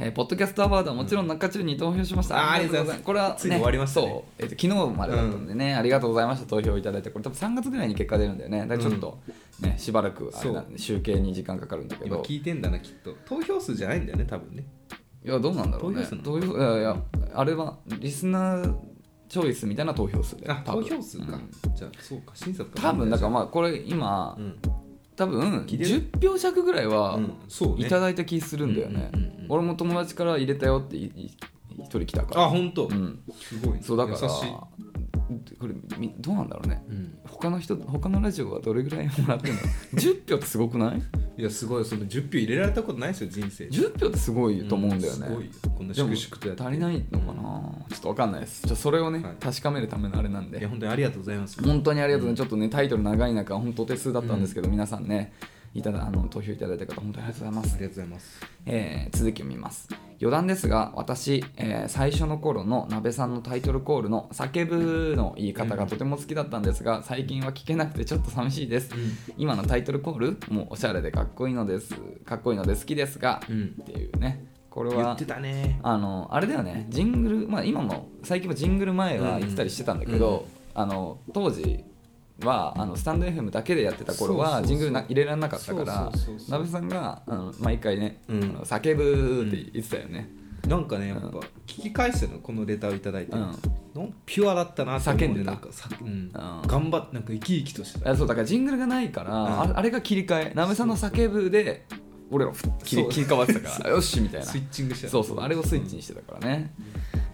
Speaker 2: えーポッドキャストアワードはもちろん中中に投票しました、
Speaker 1: うんあーありがとうございます
Speaker 2: これは、ね、
Speaker 1: ついに終わりましたね
Speaker 2: そう、えーと昨日までだったんでね、ありがとうございました投票いただいてこれ多分3月ぐらいに結果出るんだよねだからちょっと、ねしばらくあれなんで集計に時間かかるんだけ
Speaker 1: 今
Speaker 2: ど
Speaker 1: 聞いてんだなきっと投票数じゃないんだよね多分ね
Speaker 2: いやどうなんだろうね
Speaker 1: 投票数なの
Speaker 2: 投票いやいやあれはリスナーチョイスみたいな投票数で
Speaker 1: あ
Speaker 2: 多
Speaker 1: 投
Speaker 2: 分
Speaker 1: 票数か、
Speaker 2: うん
Speaker 1: じゃあそうか審査とか
Speaker 2: 多分だから
Speaker 1: ら
Speaker 2: まあこれ今、
Speaker 1: うん
Speaker 2: 多分
Speaker 1: 聞いてる
Speaker 2: 10票弱ぐらいは
Speaker 1: うんそうね
Speaker 2: いただいた気するんだよね
Speaker 1: うんうんうんうん
Speaker 2: 俺も友達から入れたよっていい一人来たから
Speaker 1: あ本当、
Speaker 2: うん
Speaker 1: すごいね
Speaker 2: そうだから
Speaker 1: 優しい、
Speaker 2: これみどうなんだろうね
Speaker 1: うん、
Speaker 2: 他の人他のラジオはどれぐらいもらってんの10票ってすごくない
Speaker 1: いやすごいその10票入れられたことないですよ人生で
Speaker 2: ?10 票ってすごいと思うんだよね、
Speaker 1: すごいよこんな
Speaker 2: でも
Speaker 1: 粛
Speaker 2: 足
Speaker 1: 々とやって
Speaker 2: りないのかな、ちょっとわかんないですちょっとそれをね、
Speaker 1: はい
Speaker 2: 確かめるためのあれなん
Speaker 1: いや
Speaker 2: で
Speaker 1: 本当にありがとうございます
Speaker 2: 本当にありがとうね、ちょっとねタイトル長い中本当お手数だったんですけど、皆さんねいただあの投票いただいた方本当にありがとうございます
Speaker 1: ありがとうございます
Speaker 2: えー続きを見ます余談ですが私、えー最初の頃の鍋さんのタイトルコールの「叫ぶ」の言い方がとても好きだったんですが最近は聞けなくてちょっと寂しいです今のタイトルコールもおしゃれでかっこいいのですかっこいいので好きですが
Speaker 1: う
Speaker 2: っ
Speaker 1: ん
Speaker 2: ていうねこれ
Speaker 1: 言
Speaker 2: は
Speaker 1: ってたね
Speaker 2: あのあれだよねジングルまあ今も最近もジングル前は言ってたりしてたんだけど、
Speaker 1: うんうんうん
Speaker 2: あの当時はあのスタンド FM だけでやってた頃
Speaker 1: そうそう
Speaker 2: は
Speaker 1: そう
Speaker 2: ジングルな入れられなかったから
Speaker 1: そうそうそうそう
Speaker 2: なべさんがあの毎回ね「
Speaker 1: うん
Speaker 2: あの叫ぶ」って言ってたよね、
Speaker 1: なんかねやっぱ聞き返してたのこのレターをいただいて、
Speaker 2: うん
Speaker 1: のピュアだったなって思うね
Speaker 2: 叫んでた
Speaker 1: なんかさ、うん、
Speaker 2: うん
Speaker 1: 頑張ってなんか生き生きとしてた
Speaker 2: あそうだからジングルがないから、
Speaker 1: うん
Speaker 2: ああれが切り替えなべさんの叫ぶで俺らふ切り
Speaker 1: そう
Speaker 2: 切り替わってたからよしみたいな
Speaker 1: スイッチングしてた
Speaker 2: そうそうあれをスイッチにしてたからね、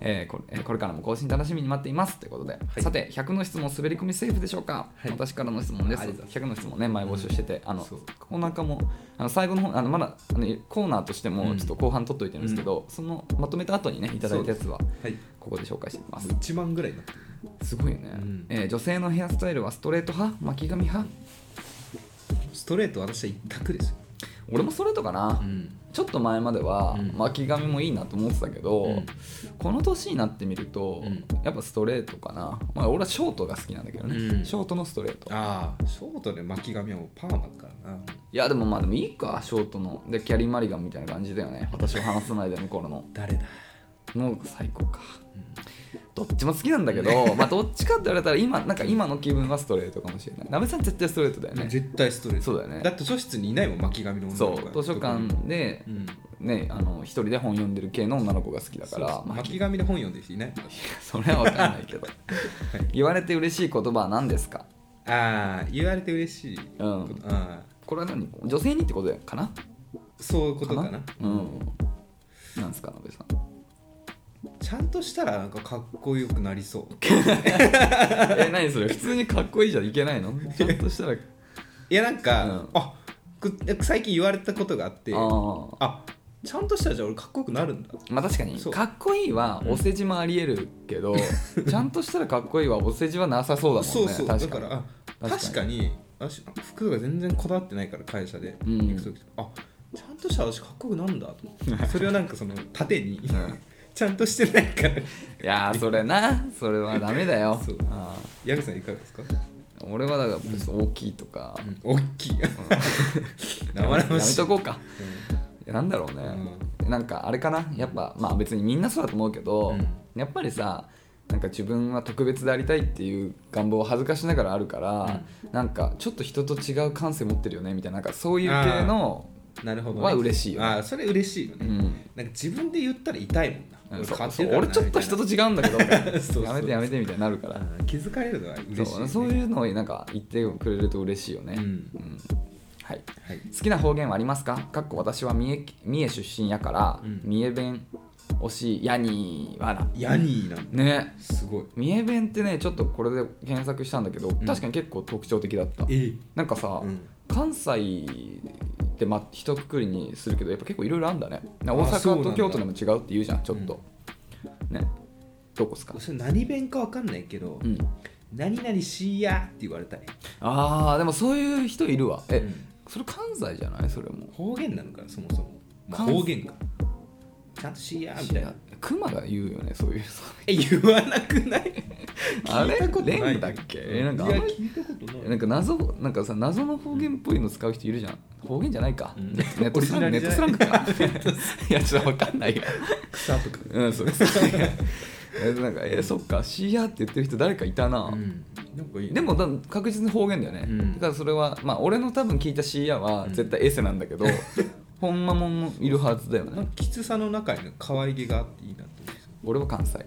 Speaker 2: えーこれえーこれからも更新楽しみに待っていますということで、
Speaker 1: い
Speaker 2: さて100の質問滑り込みセーフでしょうか、
Speaker 1: はい
Speaker 2: 私からの質問です
Speaker 1: ありがとうご
Speaker 2: 100の質問ね前募集してて、あの
Speaker 1: そう
Speaker 2: コーナー化もあの最後の方あのまだあのコーナーとして
Speaker 1: う
Speaker 2: も
Speaker 1: ん
Speaker 2: ちょっと後半取っといてるんですけど、そのまとめた後にねいただいたやつは
Speaker 1: はい
Speaker 2: ここで紹介していきます
Speaker 1: 1万ぐらいになってる
Speaker 2: すごいね、
Speaker 1: うん
Speaker 2: えー女性のヘアスタイルはストレート派巻き髪派
Speaker 1: ストレート私は一択ですよ、
Speaker 2: 俺もストレートかな、
Speaker 1: うん、
Speaker 2: ちょっと前までは
Speaker 1: うん
Speaker 2: 巻き髪もいいなと思ってたけど、
Speaker 1: うん
Speaker 2: この年になってみると、
Speaker 1: うん
Speaker 2: やっぱストレートかな、まあ、俺はショートが好きなんだけどね、
Speaker 1: うん
Speaker 2: ショートのストレート
Speaker 1: ああショートで巻き髪はもうパーマだからない
Speaker 2: やでもまあでもいいかショートのでキャリーマリガンみたいな感じだよね私を話さないで向こうの
Speaker 1: 誰だ
Speaker 2: もう最高か、どっちも好きなんだけど、まあ、どっちかって言われたら今なんか今の気分はストレートかもしれないなべさん絶対ストレートだよね
Speaker 1: 絶対ストレート
Speaker 2: そうだよね
Speaker 1: だって図書室にいないもん巻き髪の女の
Speaker 2: そ
Speaker 1: 子が
Speaker 2: う図書館で
Speaker 1: うん
Speaker 2: ねあの一人で本読んでる系の女の子が好きだ
Speaker 1: そ
Speaker 2: か
Speaker 1: う
Speaker 2: ら
Speaker 1: そう巻き髪で本読んでる人いない
Speaker 2: それは分かんないけど言われて嬉しい言葉は何ですか
Speaker 1: ああ言われて嬉しいこと、
Speaker 2: うん
Speaker 1: ああ
Speaker 2: これは何女性にってことかな
Speaker 1: そういうことかな
Speaker 2: うんなんですかなべさん
Speaker 1: ちゃんとしたらなんかかっこよくなりそう
Speaker 2: え何それ普通にかっこいいじゃいけないのちゃんとしたら
Speaker 1: いやなんか、
Speaker 2: うん
Speaker 1: あく最近言われたことがあって
Speaker 2: あ
Speaker 1: あ
Speaker 2: あ
Speaker 1: ちゃんとしたらじゃあ俺かっこよくなるんだ
Speaker 2: まあ確かに
Speaker 1: そう
Speaker 2: かっこいいはお世辞もありえるけ ど、ちゃんとしたらかっこいいはお世辞はなさそうだもんね
Speaker 1: そうそうだ
Speaker 2: 確
Speaker 1: か
Speaker 2: からに
Speaker 1: あ
Speaker 2: 確かに
Speaker 1: 確かに私服が全然こだわってないから会社で
Speaker 2: うん
Speaker 1: 行く時あちゃんとしたら私かっこよくなるんだと思ってそれをなんか その縦に、ちゃんとしてないから
Speaker 2: いやーそれなそれはダメだよ
Speaker 1: そう
Speaker 2: ああ
Speaker 1: 矢口さんいかがですか、
Speaker 2: 俺はだから別に大きいとか、
Speaker 1: うん、大きい 生
Speaker 2: や
Speaker 1: 々
Speaker 2: め
Speaker 1: しい
Speaker 2: とこうかいやなんだろうね、なんかあれかなやっぱまあ別にみんなそうだと思うけど、
Speaker 1: うん
Speaker 2: やっぱりさなんか自分は特別でありたいっていう願望は恥ずかしながらあるから、なんかちょっと人と違う感性持ってるよねみたいななんかそういう系の、
Speaker 1: うんなるほど、
Speaker 2: は嬉しいよね
Speaker 1: あそれ嬉しいよね、
Speaker 2: うん、
Speaker 1: なんか自分で言ったら痛いもんな
Speaker 2: うん
Speaker 1: 変わ
Speaker 2: そう
Speaker 1: っ
Speaker 2: そ
Speaker 1: て
Speaker 2: う
Speaker 1: るからな
Speaker 2: 俺ちょっと人と違うんだけど
Speaker 1: そうそう
Speaker 2: やめてやめてみたいになるか
Speaker 1: みたい
Speaker 2: ら
Speaker 1: なあー気づかれるのは嬉しい、ね、
Speaker 2: そうそういうのをなんか言ってくれると嬉しいよね、
Speaker 1: うん
Speaker 2: うんはい、
Speaker 1: はい
Speaker 2: 好きな方言はありますかかっこ私は三重三重出身やから、
Speaker 1: うん
Speaker 2: 三重弁推しやにーはな
Speaker 1: ヤニーなんだ
Speaker 2: ね
Speaker 1: すごい
Speaker 2: 三重弁ってねちょっとこれで検索したんだけど、
Speaker 1: ん
Speaker 2: 確かに結構特徴的だった
Speaker 1: ええ
Speaker 2: なんかさ、
Speaker 1: うん
Speaker 2: 関西ってま一括りにするけどやっぱ結構いろいろあるんだねな大
Speaker 1: あそうな
Speaker 2: 阪
Speaker 1: んだ
Speaker 2: と京都でも違うって言うじゃんちょっと、ねどこっすか
Speaker 1: それ何弁か分かんないけど、
Speaker 2: うん
Speaker 1: 何々しやって言われたい
Speaker 2: あーでもそういう人いるわえ、
Speaker 1: うん
Speaker 2: それ関西じゃないそれも
Speaker 1: 方言なのかなそもそも、まあ
Speaker 2: 関
Speaker 1: 方言かちゃんとしやみたいな
Speaker 2: 熊が言うよねそういうさ
Speaker 1: え言わなくない
Speaker 2: あれ
Speaker 1: 聞いたことないよ
Speaker 2: レンだっけえなんかあん
Speaker 1: い
Speaker 2: ま
Speaker 1: や
Speaker 2: り
Speaker 1: 聞いたことない
Speaker 2: なんか謎なんかさ謎の方言っぽいの使う人いるじゃん方言じゃないか、
Speaker 1: うん
Speaker 2: ネットスラン
Speaker 1: オ
Speaker 2: グネ
Speaker 1: リジ
Speaker 2: ッ
Speaker 1: ナ
Speaker 2: ト
Speaker 1: ル
Speaker 2: ス
Speaker 1: じゃ
Speaker 2: ラ
Speaker 1: な
Speaker 2: ン
Speaker 1: い
Speaker 2: グか いやちょっとわかんないよ
Speaker 1: 草とか
Speaker 2: うんそうですえなんかえそっか「シーア」って言ってる人誰かいたな、
Speaker 1: うんなんかいいね
Speaker 2: でもだ確実に方言だよね、
Speaker 1: うん
Speaker 2: だからそれはまあ俺の多分聞いた「シーア」は絶対エセなんだ けど、ほんまもんもいるはずだよ
Speaker 1: なん
Speaker 2: ね
Speaker 1: かきつさの中に可愛げがあっていいなと思うんですよ
Speaker 2: 俺は関西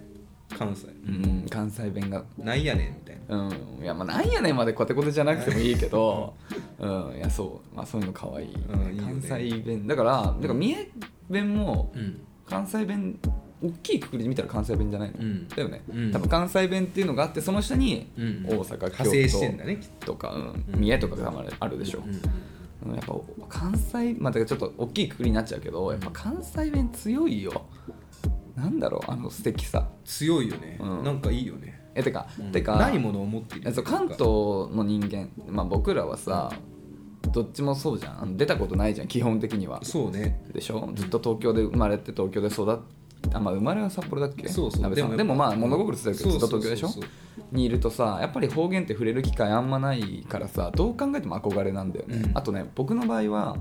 Speaker 1: 関西
Speaker 2: うん関西弁が
Speaker 1: なんやねんみたいな
Speaker 2: うんいやまあなんやねんまでコテコテじゃなくてもいいけど うんいやそうまあそういうの可愛い、
Speaker 1: うんいいよね
Speaker 2: 関西弁だからだから三重弁も
Speaker 1: うん
Speaker 2: 関西弁大きいくくりで見たら関西弁じゃないの、
Speaker 1: うん
Speaker 2: だよね、
Speaker 1: うん
Speaker 2: 多分関西弁っていうのがあってその下に
Speaker 1: うんうん
Speaker 2: 大阪、
Speaker 1: 派生してん
Speaker 2: 京
Speaker 1: だねきっ
Speaker 2: 都とか、うん
Speaker 1: うん
Speaker 2: 三重とかがあるでしょ
Speaker 1: と、うん
Speaker 2: うんやっぱ関西まあだからちょっと大きいくくりになっちゃうけどやっぱ関西弁強いよなんだろうあの素敵さ
Speaker 1: 強いよね、
Speaker 2: うん
Speaker 1: なんかいいよね、
Speaker 2: えてか、
Speaker 1: うん
Speaker 2: てか
Speaker 1: ないものを持ってい
Speaker 2: え
Speaker 1: る
Speaker 2: そう関東の人間、まあ、僕らはさどっちもそうじゃんあの出たことないじゃん基本的には
Speaker 1: そうね
Speaker 2: でしょずっと東京で生まれて東京で育ってあまあ生まれは札幌だっけ
Speaker 1: そうそう
Speaker 2: でもでもまあ物心ついたけどずっと東京でしょ
Speaker 1: そうそう
Speaker 2: にいるとさやっぱり方言って触れる機会あんまないからさどう考えても憧れなんだよね、
Speaker 1: うん
Speaker 2: あとね僕の場合は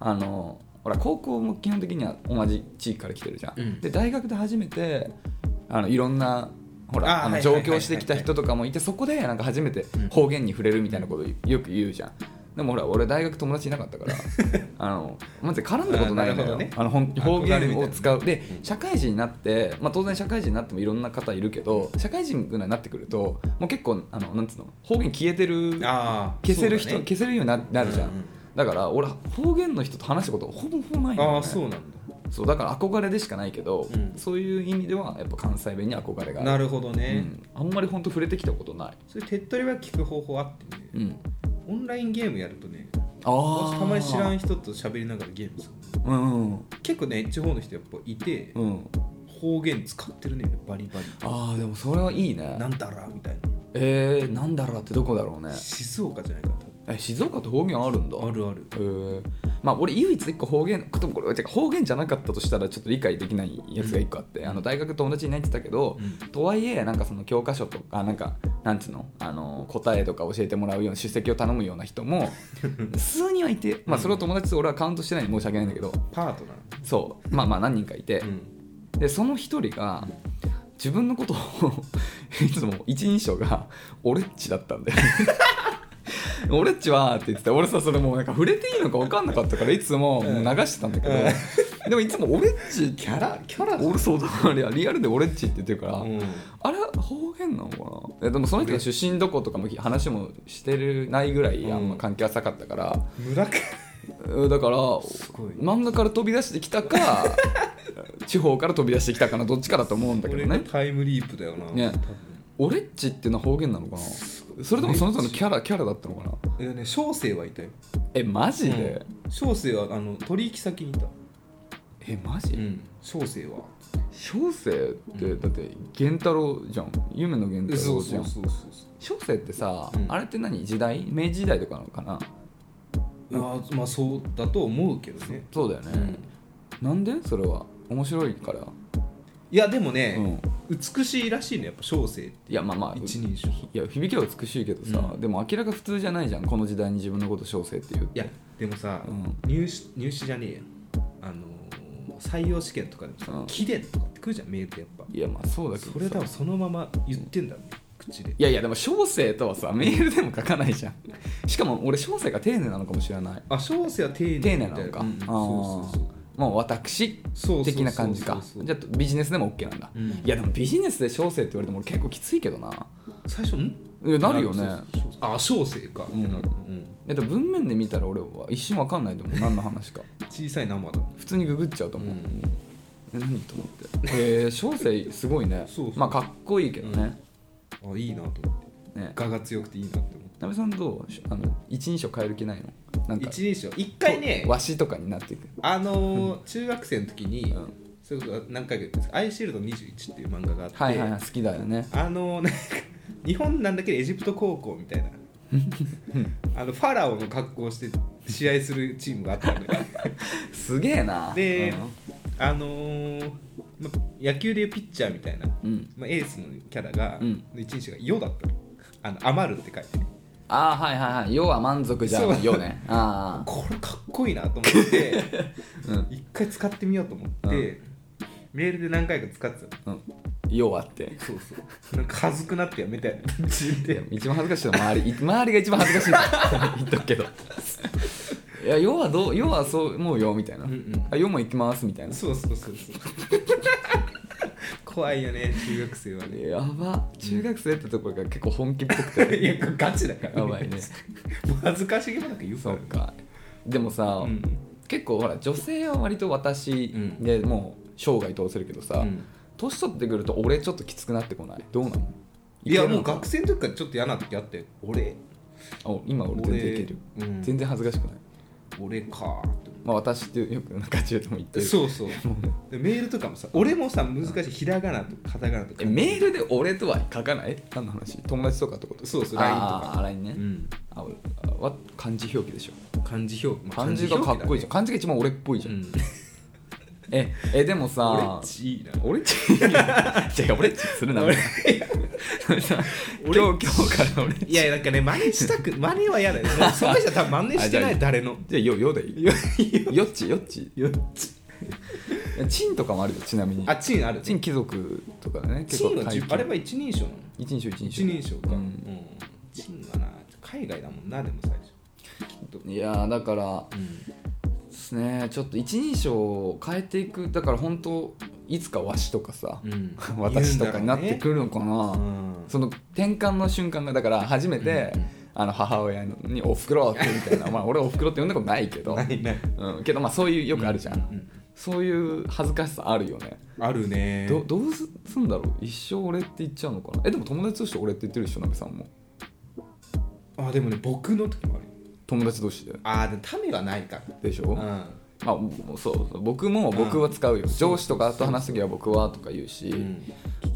Speaker 2: あのほら高校も基本的には同じ地域から来てるじゃん、
Speaker 1: うん
Speaker 2: で大学で初めてあのいろんなほ
Speaker 1: あー
Speaker 2: らあの
Speaker 1: はいはいはい
Speaker 2: 上
Speaker 1: はい
Speaker 2: 京してきた人とかもいてそこでなんか初めて
Speaker 1: うん
Speaker 2: 方言に触れるみたいなことをよく言うじゃんでもほら俺大学友達いなかった からあのマジで絡んだことないの
Speaker 1: あなるほ
Speaker 2: よ
Speaker 1: どね
Speaker 2: あのほん
Speaker 1: あ
Speaker 2: 方言を使うで
Speaker 1: いなうん
Speaker 2: 社会人になって、まあ、当然社会人になってもいろんな方いるけど社会人ぐらいになってくるともう結構あのなんつうの方言消えてる
Speaker 1: あー
Speaker 2: 消せる
Speaker 1: そう
Speaker 2: 人、
Speaker 1: だね
Speaker 2: 消せるようにななるじゃん、
Speaker 1: うんうん
Speaker 2: だから俺方言の人と話したことほぼほぼないんだよ、ね、
Speaker 1: ああそうなんだ
Speaker 2: そうだから憧れでしかないけど、
Speaker 1: うん
Speaker 2: そういう意味ではやっぱ関西弁に憧れがある
Speaker 1: なるほどね、
Speaker 2: うん、あんまり本当触れてきたことない、
Speaker 1: それ手っ取りは聞く方法あってね
Speaker 2: うん、
Speaker 1: オンラインゲームやるとね
Speaker 2: ああ
Speaker 1: たまに知らん人と喋りながらゲームする
Speaker 2: うんうん
Speaker 1: 結構ね地方の人やっぱいて、
Speaker 2: うん
Speaker 1: 方言使ってるねバリバリ
Speaker 2: ああでもそれはいいね
Speaker 1: なんだらみたい
Speaker 2: えー、なんだろうってどこだろうね
Speaker 1: な静岡じゃないかな多
Speaker 2: え静岡って方言あるんだ
Speaker 1: 分あるある
Speaker 2: えー、まあ俺唯一一個方言ここれてか方言じゃなかったとしたらちょっと理解できないやつが一個あって、あの大学友達いないって言ったけど、
Speaker 1: うん
Speaker 2: とはいえなんかその教科書とかなんかなんつうのあの答えとか教えてもらうような出席を頼むような人 も数人はいて、まあ、それを友達と俺はカウントしてないんで申し訳ないんだけど
Speaker 1: パートナー
Speaker 2: そうまあまあ何人かいて、
Speaker 1: うん
Speaker 2: でその一人が自分のことを いつも一人称が「俺っち」だったんだよ 俺っちはって言ってて俺さそれもうなんか触れていいのか分かんなかったからいつももう流してたんだけど、でもいつも「俺っち」キャラキャラ俺そうだからリアルで「俺っち」って言ってるから、
Speaker 1: うん
Speaker 2: あれ方言なのかなえでもその人が出身どことかも話もしてるないぐらいあんま関係浅かったから、
Speaker 1: 村か
Speaker 2: うんだから
Speaker 1: ごい
Speaker 2: 漫画から飛び出してきた か地方から飛び出してきたかなどっちかだと思うんだけど
Speaker 1: 俺の
Speaker 2: ね
Speaker 1: タイムリープだよな、
Speaker 2: ね
Speaker 1: 多分
Speaker 2: 俺っちっていうのは方言なのかなそれともその人のキャラキャラだったのかな
Speaker 1: えね小生はいたよ
Speaker 2: えマジで、
Speaker 1: 小生はあの取引先にいた、
Speaker 2: えマジ、
Speaker 1: うん、小生は
Speaker 2: 小生って、
Speaker 1: うん
Speaker 2: だって源太郎じゃん夢の源太
Speaker 1: そ
Speaker 2: 郎
Speaker 1: う
Speaker 2: じ
Speaker 1: そ
Speaker 2: ゃ
Speaker 1: うんそうそう
Speaker 2: 小生ってさ、
Speaker 1: うん
Speaker 2: あれって何時代明治時代とかなのかな
Speaker 1: そうあーまあそうだと思うけどね
Speaker 2: そうだよね、なんでそれは面白いから、
Speaker 1: いやでも
Speaker 2: う
Speaker 1: ね、
Speaker 2: ん、
Speaker 1: 美しいらしいねやっぱ小生って
Speaker 2: いやまあまあ
Speaker 1: 一人称い
Speaker 2: いや響きは美しいけどさ、
Speaker 1: うん
Speaker 2: でも明らか普通じゃないじゃんこの時代に自分のこと小生って言うって
Speaker 1: やでもさ、
Speaker 2: うん
Speaker 1: 入試入試じゃねえやあのー採用試験とかでもさ
Speaker 2: うん
Speaker 1: 貴殿とかって来るじゃんメールでやっぱ
Speaker 2: いやまあそうだけど
Speaker 1: それ多
Speaker 2: さ
Speaker 1: 分そのまま言ってんだろうね口で
Speaker 2: いやいやでも小生とはさメールでも書かないじゃんしかも俺小生が丁寧なのかもしれない
Speaker 1: あ小生は丁寧みた
Speaker 2: 丁
Speaker 1: い
Speaker 2: 寧なのか、
Speaker 1: うんうんそうそうそう
Speaker 2: もう私
Speaker 1: そうそうそう
Speaker 2: 的な感じか
Speaker 1: そうそう
Speaker 2: じゃあビジネスでも OK なんだ、
Speaker 1: うん
Speaker 2: いやでもビジネスで小生って言われても俺結構きついけどな
Speaker 1: 最初ん
Speaker 2: いやなるよね
Speaker 1: そうそうそうあ小生かってなる、うん
Speaker 2: えっと文面で見たら俺は一瞬わかんないと思う何の話か
Speaker 1: 小さい生だ
Speaker 2: 普通にググっちゃうと思う、
Speaker 1: うん
Speaker 2: え何と思ってえー、小生すごいね
Speaker 1: そうそう
Speaker 2: まあかっこいいけどね、
Speaker 1: あいいなと思って
Speaker 2: ね
Speaker 1: 我が強くていいなって思って
Speaker 2: なべさんどうしあの一人称変える気ないのなんか
Speaker 1: 一人称一回ね
Speaker 2: わしとかになっていく
Speaker 1: あのー中学生の時に、
Speaker 2: うん
Speaker 1: それこそ何回か言ったんですけどアイシールド21」っていう漫画があって、
Speaker 2: はいはいはい好きだよね
Speaker 1: あのーなんか日本なんだけどエジプト高校みたいなあのファラオの格好をして試合するチームがあった んだよ
Speaker 2: すげえな
Speaker 1: であのーま、野球でいうピッチャーみたいな、
Speaker 2: うん、うん
Speaker 1: ま、エースのキャラが、
Speaker 2: うん
Speaker 1: 一日が「よ」だったのあの余るって書いてね
Speaker 2: ああはいはいはい要は満足じゃん
Speaker 1: そう
Speaker 2: よねああ
Speaker 1: これかっこいいなと思って
Speaker 2: うん
Speaker 1: 一回使ってみようと思って、メールで何回か使ってたの
Speaker 2: うん要はって
Speaker 1: そうそう。なんか恥ずくなってやめて。で
Speaker 2: 一番恥ずかしいのは周りい周りが一番恥ずかしいから 言っとくけどいや要はどう要はそう思うよみたいな、
Speaker 1: うんうん
Speaker 2: あ要も行きますみたいな
Speaker 1: そうそうそうそう。怖いよね、中学生はね。
Speaker 2: やば中学生ってところが結構本気っぽくて
Speaker 1: いや、ガチだから。
Speaker 2: やばいね。
Speaker 1: もう恥ずかしげもなく言うか
Speaker 2: そ
Speaker 1: ら
Speaker 2: う。かでもさ、
Speaker 1: うん。
Speaker 2: 結構ほら女性は割と私
Speaker 1: うん
Speaker 2: でもう生涯通せるけどさ、
Speaker 1: うん
Speaker 2: 年取ってくると俺ちょっときつくなってこないどうなの
Speaker 1: いや、
Speaker 2: ける
Speaker 1: も
Speaker 2: の
Speaker 1: う学生の時からちょっと嫌な時あって、俺、
Speaker 2: あ今俺全然いける、
Speaker 1: 俺うん
Speaker 2: 全然恥ずかしくない
Speaker 1: 俺かって思
Speaker 2: まあ私ってよくなんか中でも言っ
Speaker 1: って
Speaker 2: てる
Speaker 1: そうそう。でメールとかもさ、俺もさ、難しい。ひらがなとかカタカナとか。
Speaker 2: えメールで俺とは書かない何の話友達とかってこと
Speaker 1: そうそう
Speaker 2: LINE と
Speaker 1: LINE と
Speaker 2: か
Speaker 1: か
Speaker 2: LINE ね、
Speaker 1: うん。
Speaker 2: あ俺あわ漢字表記でしょ
Speaker 1: 漢字表
Speaker 2: 漢字がかっこいいじゃん、漢字が一番俺っぽいじ
Speaker 1: ゃ
Speaker 2: ゃん、
Speaker 1: ん。
Speaker 2: ええでも
Speaker 1: 俺
Speaker 2: さ
Speaker 1: っちいいな。
Speaker 2: 俺っち違う俺っちするな
Speaker 1: 俺
Speaker 2: 今日
Speaker 1: 俺
Speaker 2: 今日から俺っち
Speaker 1: いやいやなんかね真似したく真似は嫌だ よもうその人は多分真似してな
Speaker 2: あじゃあ
Speaker 1: い誰の
Speaker 2: じゃあよよでいいよっちよっちよっちチンとかもあるよちなみに
Speaker 1: あチンある
Speaker 2: チン貴族とかね
Speaker 1: チンは
Speaker 2: 階
Speaker 1: じ
Speaker 2: 級
Speaker 1: あれは一人称なの
Speaker 2: 一人称一人
Speaker 1: 一
Speaker 2: 称
Speaker 1: 人称か、
Speaker 2: う
Speaker 1: うんんチンはな海外だもんなでも最初と、
Speaker 2: いやーだから
Speaker 1: うん、
Speaker 2: ですねちょっと一人称を変えていくだから本当いつかわしとかさ、
Speaker 1: うん、
Speaker 2: 私とかになって
Speaker 1: る、
Speaker 2: くるのかな、
Speaker 1: うん、
Speaker 2: その転換の瞬間がだから初めて、
Speaker 1: うんうん
Speaker 2: あの母親に「おふくろ」ってみたい なまあ俺はおふくろって呼んだことないけど
Speaker 1: ないない
Speaker 2: うん、けどまあそういうよくあるじゃん、
Speaker 1: うん
Speaker 2: そういう恥ずかしさあるよね、
Speaker 1: あるね
Speaker 2: どどうすすんだろう一生俺って言っちゃうのかなえでも友達として俺って言ってるでしょなべさんも
Speaker 1: あでもね僕の時もあるよ
Speaker 2: 友達同士で
Speaker 1: ああでも民はないから
Speaker 2: でしょ、
Speaker 1: う
Speaker 2: ま
Speaker 1: ん
Speaker 2: あもうそうそう僕も僕は使うよ、上司とかと話す時は僕はとか言うし、
Speaker 1: うん、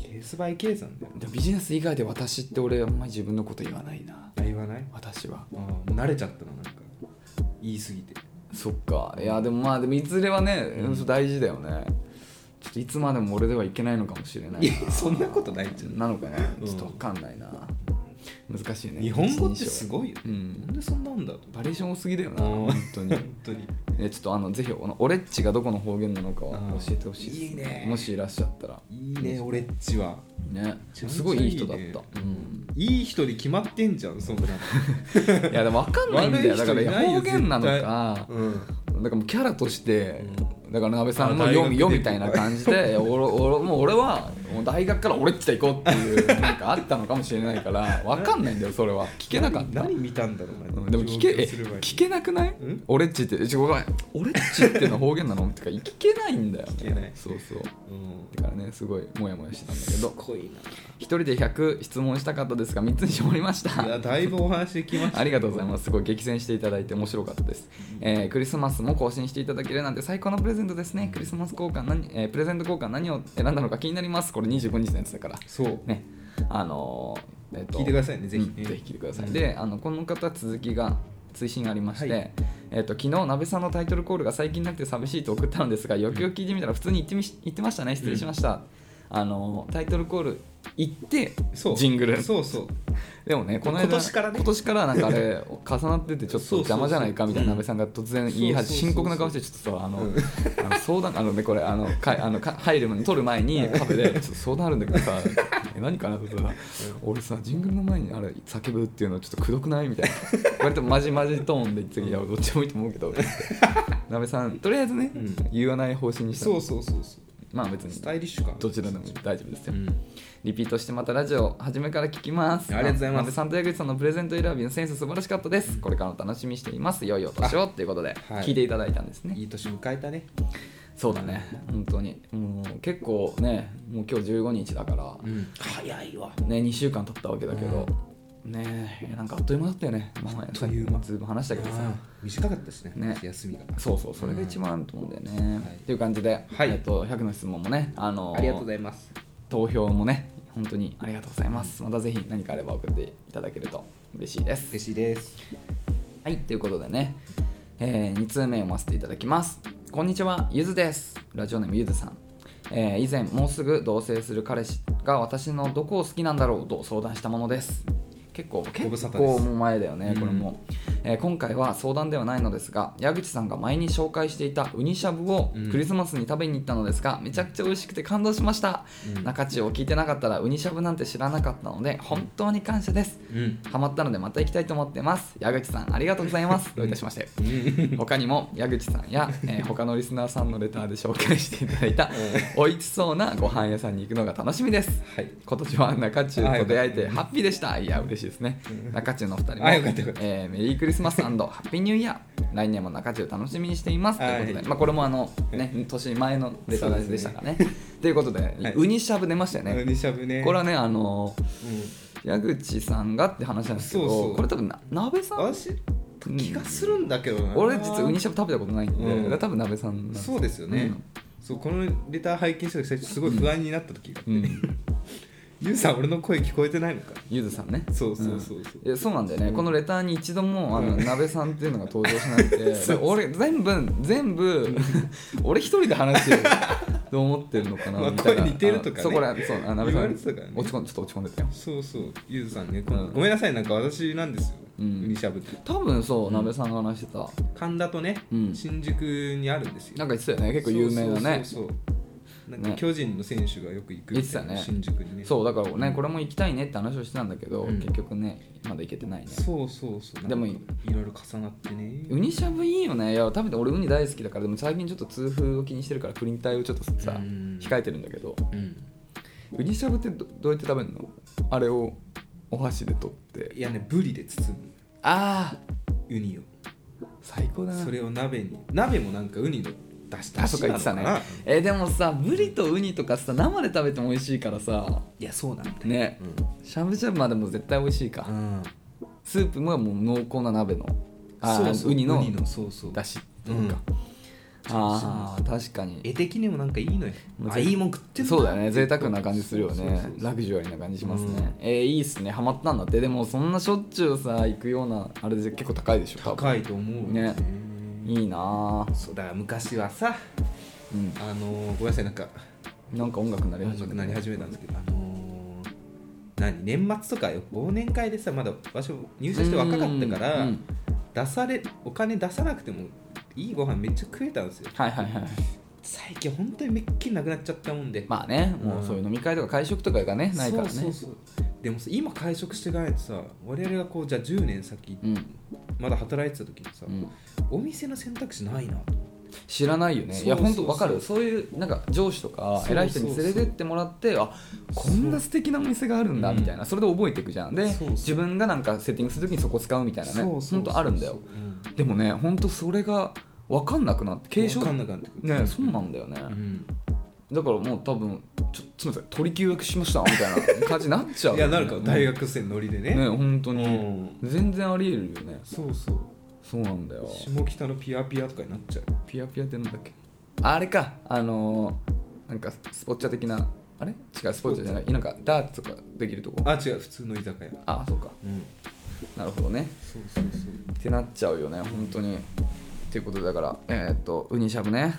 Speaker 1: ケースバイケースなんだよ
Speaker 2: でもビジネス以外で私って俺あんまり自分のこと言わないな
Speaker 1: あ言わない
Speaker 2: 私は
Speaker 1: あーもう慣れちゃったのなんか言い過ぎて
Speaker 2: そっかいやでもまあでもいずれはね、うん大事だよねちょっといつまでも俺ではいけないのかもしれない
Speaker 1: い
Speaker 2: な
Speaker 1: やそんなことないじゃん
Speaker 2: なのかな、
Speaker 1: うん
Speaker 2: ちょっとわかんないな難しいね
Speaker 1: 日本語ってすごいよね、
Speaker 2: うん
Speaker 1: なんでそんなん だと
Speaker 2: バリエーション多すぎだよな
Speaker 1: うん
Speaker 2: 本当に
Speaker 1: 本当に
Speaker 2: えちょっとあのぜひこのオレッチがどこの方言なのかは
Speaker 1: うん
Speaker 2: 教えてほしいです
Speaker 1: いいね
Speaker 2: もしいらっしゃったら
Speaker 1: いいね俺っちは
Speaker 2: ね
Speaker 1: ちゃめちゃいいね
Speaker 2: すごいいい人だった
Speaker 1: いい人に決まってんじゃんそんな
Speaker 2: うん、いやでもわかんないんだよだから
Speaker 1: 悪い人いないよ
Speaker 2: 方言なのか
Speaker 1: の、うん、
Speaker 2: だからもうキャラとして、だから鍋さん
Speaker 1: あ
Speaker 2: の
Speaker 1: 大学
Speaker 2: 読み読
Speaker 1: で
Speaker 2: みたいな感じで俺俺もう俺はもう大学から俺っちで行こうっていうなんかあったのかもしれないから分かんないんだよそれは聞けなかった
Speaker 1: 何見たんだろう
Speaker 2: う
Speaker 1: なん
Speaker 2: でも聞けえ聞けなくない
Speaker 1: ん
Speaker 2: 俺っちってちょごめん俺っちっていうのは方言なのってか聞けないんだよ、ね、
Speaker 1: 聞けない
Speaker 2: そうそう
Speaker 1: うん
Speaker 2: だからねすごいモヤモヤしてたんだけど
Speaker 1: 濃い
Speaker 2: 一人で100質問したかったですが3つに絞りました
Speaker 1: ないやだいぶお話できました
Speaker 2: ありがとうございます。すごい激戦していただいて面白かったです。えークリスマスも更新していただけるなんて最高のプレゼントですね。クリスマス交換何、えープレゼント交換何を選んだのか気になります。これ25日のやつだから。
Speaker 1: そう
Speaker 2: ね。あのーえっと
Speaker 1: 聞いてくださいねぜひね
Speaker 2: うんぜひ聞いてください。で、あのこの方続きが追伸がありまして、
Speaker 1: はい
Speaker 2: えっと昨日なべさんのタイトルコールが最近なくて寂しいと送ったのですが、よくよく聞いてみたら普通に言ってみし言ってましたね。失礼しました。あのータイトルコール行って
Speaker 1: そう
Speaker 2: ジングル。
Speaker 1: そうそう
Speaker 2: でもねこの間
Speaker 1: 今年からね
Speaker 2: 今年からなんかあれ重なっててちょっと邪魔じゃないかみたいな
Speaker 1: そうそうそう
Speaker 2: 鍋さんが突然言
Speaker 1: そ
Speaker 2: い始
Speaker 1: うそうそうそう
Speaker 2: め深刻な顔してちょっとさあの,、
Speaker 1: うん
Speaker 2: あの相談あのねこれあのかあのか入る前に撮る前にカフェでちょっと相談あるんだけどさえ何かなってさ俺さジングルの前にあれ叫ぶっていうのちょっとくどくないみたいな割とマジマジトーンで言ってたけどいやどっちもいいと思うけど鍋さんとりあえずね、
Speaker 1: うん
Speaker 2: 言わない方針にしたの
Speaker 1: そうそうそうそ
Speaker 2: まあ別
Speaker 1: うス
Speaker 2: に
Speaker 1: タイリッシュか
Speaker 2: どちらでも大丈夫ですよ、
Speaker 1: うん
Speaker 2: リピートしてまたラジオ初めから聞きます
Speaker 1: ありがとうございます
Speaker 2: なべさんと矢口さんのプレゼント選びのセンス素晴らしかったです、これからも楽しみにしていますいよいよ年をっていうことで
Speaker 1: はい
Speaker 2: 聞いていただいたんですね、
Speaker 1: いい年迎えたね
Speaker 2: そうだね本当にもう結構ねもう今日15日だから、
Speaker 1: ん早いわ
Speaker 2: ね2週間経ったわけだけど、ねえなんかあっという間だったよねまあ
Speaker 1: という間
Speaker 2: ずいぶん話したけどさ、
Speaker 1: 短かったしね
Speaker 2: ね
Speaker 1: 休みが
Speaker 2: そうそうそれが一番あると思うんだよね、
Speaker 1: はい
Speaker 2: っていう感じで、
Speaker 1: はい
Speaker 2: えっと、100の質問もねあの
Speaker 1: ありがとうございます
Speaker 2: 投票もね本当にありがとうございますまたぜひ何かあれば送っていただけると嬉しいです
Speaker 1: 嬉しいです
Speaker 2: はいということでね、え2通目読ませていただきますこんにちはゆずですラジオネームゆずさん、えー以前もうすぐ同棲する彼氏が私のどこを好きなんだろうと相談したものです結構
Speaker 1: 無沙
Speaker 2: 結
Speaker 1: 汰です
Speaker 2: 構もう前だよねこれも、えー今回は相談ではないのですが矢口さんが前に紹介していたウニしゃぶを
Speaker 1: うん
Speaker 2: クリスマスに食べに行ったのですが、めちゃくちゃ美味しくて感動しました、
Speaker 1: うん
Speaker 2: 中地を聞いてなかったらウニしゃぶなんて知らなかったので本当に感謝です
Speaker 1: うん
Speaker 2: ハマったのでまた行きたいと思ってます矢口さんありがとうございますどういたしまして他にも矢口さんや、えー他のリスナーさんのレターで紹介していただいた美味しそうなご飯屋さんに行くのが楽しみです
Speaker 1: はい
Speaker 2: 今年は中中と出会え
Speaker 1: あよ
Speaker 2: て
Speaker 1: かった
Speaker 2: ハッピーでしたいや嬉しいですね中中のお二人も、
Speaker 1: あよかったよかった
Speaker 2: えーメリークリスマスハッピーニューイヤー来年も中中楽しみにしていますと
Speaker 1: はい
Speaker 2: いうことで、まあ、これもあの、ね、年前のレターでしたからねということで、
Speaker 1: はい
Speaker 2: ウニしゃぶ出ましたよね
Speaker 1: にしゃぶね
Speaker 2: これはねあのー
Speaker 1: う
Speaker 2: 矢口さんがって話なんですけど
Speaker 1: そうそう
Speaker 2: これ多分な鍋さ
Speaker 1: ん
Speaker 2: ん
Speaker 1: 私気がするんだけどな
Speaker 2: 俺実はウニしゃぶ食べたことないんで、
Speaker 1: うん
Speaker 2: だから多分鍋さんなん
Speaker 1: そうですよねそうこのレター拝見した時最初すごい不安になった時があって
Speaker 2: うんうん
Speaker 1: ゆうさん俺の声聞こえてないのか
Speaker 2: ゆずさんね
Speaker 1: そうそうそうそうん
Speaker 2: いやそうなんだよね、このレターに一度もあの、
Speaker 1: うん
Speaker 2: 鍋さんっていうのが登場しな くて
Speaker 1: そうそう
Speaker 2: 俺全部全部俺一人で話してると思ってるのか な、
Speaker 1: まあ
Speaker 2: みたいな
Speaker 1: 声似てるとかね
Speaker 2: あそうこれそうあ鍋
Speaker 1: 言
Speaker 2: さ
Speaker 1: わ
Speaker 2: ん
Speaker 1: れてたからね
Speaker 2: 落ち込んちょっと落ち込んでたよ
Speaker 1: そうそうゆずさんねこ
Speaker 2: うん
Speaker 1: ごめんなさいなんか私なんですよウ
Speaker 2: うん
Speaker 1: ニしゃぶって
Speaker 2: 多分そう鍋さんが話してた、
Speaker 1: 神田とね
Speaker 2: うん
Speaker 1: 新宿にあるんですよ
Speaker 2: なんか言ってたよね結構有名なね
Speaker 1: そうそうそうそうなんか巨人の選手がよく行くみたいな、
Speaker 2: ね
Speaker 1: 新宿にね
Speaker 2: そうだからねこれも行きたいねって話をしてたんだけど、
Speaker 1: うん
Speaker 2: 結局ねまだ行けてないね
Speaker 1: そうそうそう
Speaker 2: でも
Speaker 1: なんかいろいろ重なってね
Speaker 2: ウニしゃぶいいよねいや食べて俺ウニ大好きだからでも最近ちょっと痛風を気にしてるからプリン体をちょっと
Speaker 1: う
Speaker 2: さ
Speaker 1: ん
Speaker 2: 控えてるんだけど
Speaker 1: うん
Speaker 2: ウニしゃぶってどどうやって食べるのあれをお箸で取って
Speaker 1: いやねブリで包む
Speaker 2: ああ
Speaker 1: ウニを
Speaker 2: 最高だな
Speaker 1: それを鍋に鍋もなんかウニの出し
Speaker 2: あ
Speaker 1: 出
Speaker 2: そ
Speaker 1: し
Speaker 2: っか
Speaker 1: な
Speaker 2: 言っ
Speaker 1: の
Speaker 2: て
Speaker 1: か
Speaker 2: た
Speaker 1: な
Speaker 2: ねえでもさブリとウニとかさ生で食べても美味しいからさ
Speaker 1: いやそうなんだよ
Speaker 2: ねしゃぶしゃぶまでも絶対美味しいか、
Speaker 1: うん、うん、
Speaker 2: スープももう濃厚な鍋のあー
Speaker 1: そうそう
Speaker 2: ウニの
Speaker 1: そうそう
Speaker 2: だしっていうか、ああ確かに
Speaker 1: 絵的にもなんかいいのよ
Speaker 2: もう
Speaker 1: あ
Speaker 2: ぜ
Speaker 1: いいもん食ってる
Speaker 2: そうだね贅沢な感じするよ
Speaker 1: そうそう
Speaker 2: ね
Speaker 1: そうそう
Speaker 2: ラグジュアリーな感じしますね、えーいいっすねハマったんだってでもそんなしょっちゅうさ行くようなあれで結構高いでしょ多分
Speaker 1: 高いと思うよ
Speaker 2: ねいいなあ
Speaker 1: そうだから昔はさ
Speaker 2: う
Speaker 1: あのーごめんなさいなんか
Speaker 2: んなんか音楽になり
Speaker 1: 音
Speaker 2: 始
Speaker 1: 楽
Speaker 2: め
Speaker 1: なり始めたんですけどあのー何年末とかよ忘年会でさまだ場所入社して若かったから、
Speaker 2: うんうん
Speaker 1: 出されお金出さなくてもいいご飯めっちゃ食えたんですよ
Speaker 2: はいはいはい
Speaker 1: 最近本当にめっきりなくなっちゃったもんで、
Speaker 2: まあねもうそういう飲み会とか会食とかがねないからね
Speaker 1: そうそうそうでもさ今会食してないとさ我々がこうじゃあ10年先、
Speaker 2: うん
Speaker 1: まだ働いてた時にさ、
Speaker 2: うん
Speaker 1: お店の選択肢ないな
Speaker 2: 知らないよね
Speaker 1: そう
Speaker 2: いや
Speaker 1: そう
Speaker 2: 本当わかるそういうなんか上司とか
Speaker 1: そう
Speaker 2: 偉い人に連れてってもらってあこんな素敵なお店があるんだ
Speaker 1: そう
Speaker 2: みたいなそれで覚えていくじゃんで
Speaker 1: そうそう
Speaker 2: 自分がなんかセッティングする時にそこ使うみたいなね
Speaker 1: そうそうそう
Speaker 2: 本当あるんだよ
Speaker 1: うん
Speaker 2: でもね本当それが分かんなくなって継承
Speaker 1: わかんなくなってくる
Speaker 2: ねそうなんだよね、
Speaker 1: うん
Speaker 2: だからもう多分ちょすみません取り休学しましたみたいな感じになっちゃう、
Speaker 1: いやなるから大
Speaker 2: 学
Speaker 1: 学生のノリでね
Speaker 2: ね本当
Speaker 1: う
Speaker 2: に、
Speaker 1: ん
Speaker 2: 全然ありえるよね
Speaker 1: そうそう
Speaker 2: そうなんだよ
Speaker 1: 下北のピアピアとかになっちゃう
Speaker 2: ピアピアってなんだっけあれかあのー、なんかスポッチャ的なあれ違うスポッチャじゃないなんかダーツとかできるとこ
Speaker 1: あ違う普通の居酒屋
Speaker 2: あそうか
Speaker 1: うん
Speaker 2: なるほどね
Speaker 1: そうそうそ
Speaker 2: ってなっちゃうよね本当にっていうことでだからえーっとウニしゃぶね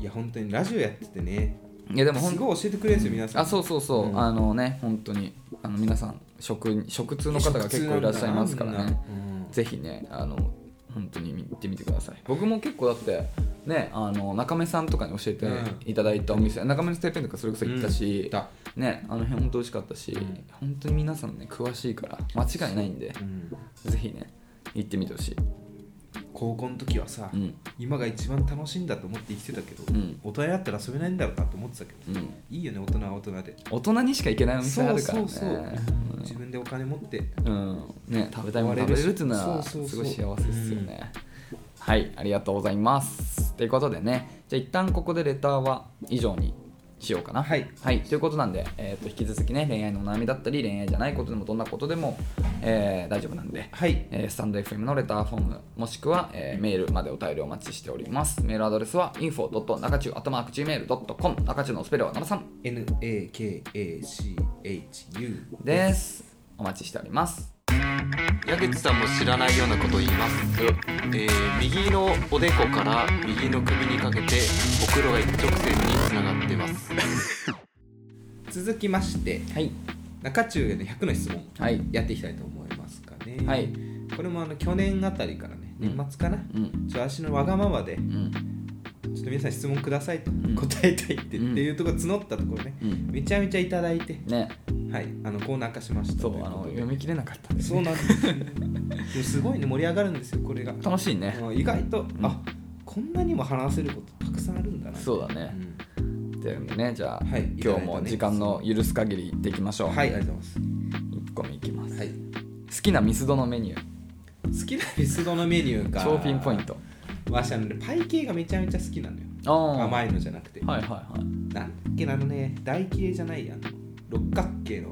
Speaker 1: ういや本当にラジオやっててね
Speaker 2: いやでもほ
Speaker 1: す
Speaker 2: ん
Speaker 1: ごい教えてくれるんですよ皆さん
Speaker 2: あそうそうそう、
Speaker 1: うん
Speaker 2: あのね本当にあの皆さん食食通の方が結構いらっしゃいますからね
Speaker 1: うん
Speaker 2: ぜひねあの本当に行ってみてください僕も結構だってねあの中目さんとかに教えていただいたお店、中目のステッペンとかそれこそ行ったし、
Speaker 1: だ
Speaker 2: ねあの辺本当美味しかったし、
Speaker 1: うん
Speaker 2: 本当に皆さんね詳しいから間違いないんで
Speaker 1: うん
Speaker 2: ぜひね行ってみてほしい
Speaker 1: 高校の時はさ
Speaker 2: うん
Speaker 1: 今が一番楽しいんだと思って生きてたけど
Speaker 2: うん
Speaker 1: 大人になったら遊べないんだろうなと思ってたけど
Speaker 2: うん
Speaker 1: いいよね大人は大人で
Speaker 2: 大人にしか行けないお店あるからね
Speaker 1: そうそうそう自分でお金持って
Speaker 2: うんね、食べたいもの食べれるっていうのはす
Speaker 1: そう
Speaker 2: ご
Speaker 1: そうそう
Speaker 2: い幸せですよね、はいありがとうございますということでねじゃあ一旦ここでレターは以上にしようかな
Speaker 1: はい、
Speaker 2: ということなんで、えー、と引き続きね恋愛のお悩みだったり恋愛じゃないことでもどんなことでも、えー大丈夫なんで、
Speaker 1: はい
Speaker 2: えースタンド FM のレターフォームもしくは、えーメールまでお便りお待ちしておりますメールアドレスは info.nakachu.gmail.com 中中のスペルは73
Speaker 1: NAKACHU
Speaker 2: ですお待ちしております
Speaker 3: 矢口さんも知らないようなことを言いますえー右のおでこから右の首にかけてほくろが一直線につながってます
Speaker 1: 続きまして
Speaker 2: はい
Speaker 1: 中中への100の質問
Speaker 2: はい
Speaker 1: やっていきたいと思いますかね、
Speaker 2: はい
Speaker 1: これもあの去年あたりからね
Speaker 2: うん
Speaker 1: 年末かな、
Speaker 2: うん
Speaker 1: ちょっと足のわがままで
Speaker 2: うん
Speaker 1: ちょっと皆さん質問くださいと、
Speaker 2: ん
Speaker 1: 答えたいって、
Speaker 2: うん
Speaker 1: っていうところ募ったところね、
Speaker 2: うん
Speaker 1: めちゃめちゃいただいて、
Speaker 2: ね
Speaker 1: はい、あのコーナー化しました
Speaker 2: そ
Speaker 1: という
Speaker 2: あ
Speaker 1: こ
Speaker 2: の
Speaker 1: とで
Speaker 2: 読み切れなかったんです
Speaker 1: そうなんですよ でもすごいね盛り上がるんですよこれが
Speaker 2: 楽しいね
Speaker 1: うん意外と、あこんなにも話せることたくさんあるんだな
Speaker 2: そうだ
Speaker 1: う
Speaker 2: ね
Speaker 1: ん
Speaker 2: っていうんでねじゃあ、
Speaker 1: はい
Speaker 2: 今日も時間の許す限りいっていきましょう
Speaker 1: はいありがとうございます、
Speaker 2: 1個目いきます、
Speaker 1: はい、
Speaker 2: 好きなミスドのメニュー
Speaker 1: 好きなミスドのメニューか
Speaker 2: 超ピンポイント
Speaker 1: わしあのねパイ系がめちゃめちゃ好きなのよ
Speaker 2: ああ
Speaker 1: 甘
Speaker 2: い
Speaker 1: いのじゃなくて、
Speaker 2: はいはいはい
Speaker 1: なんだっけなあのね台形じゃないやん六角形の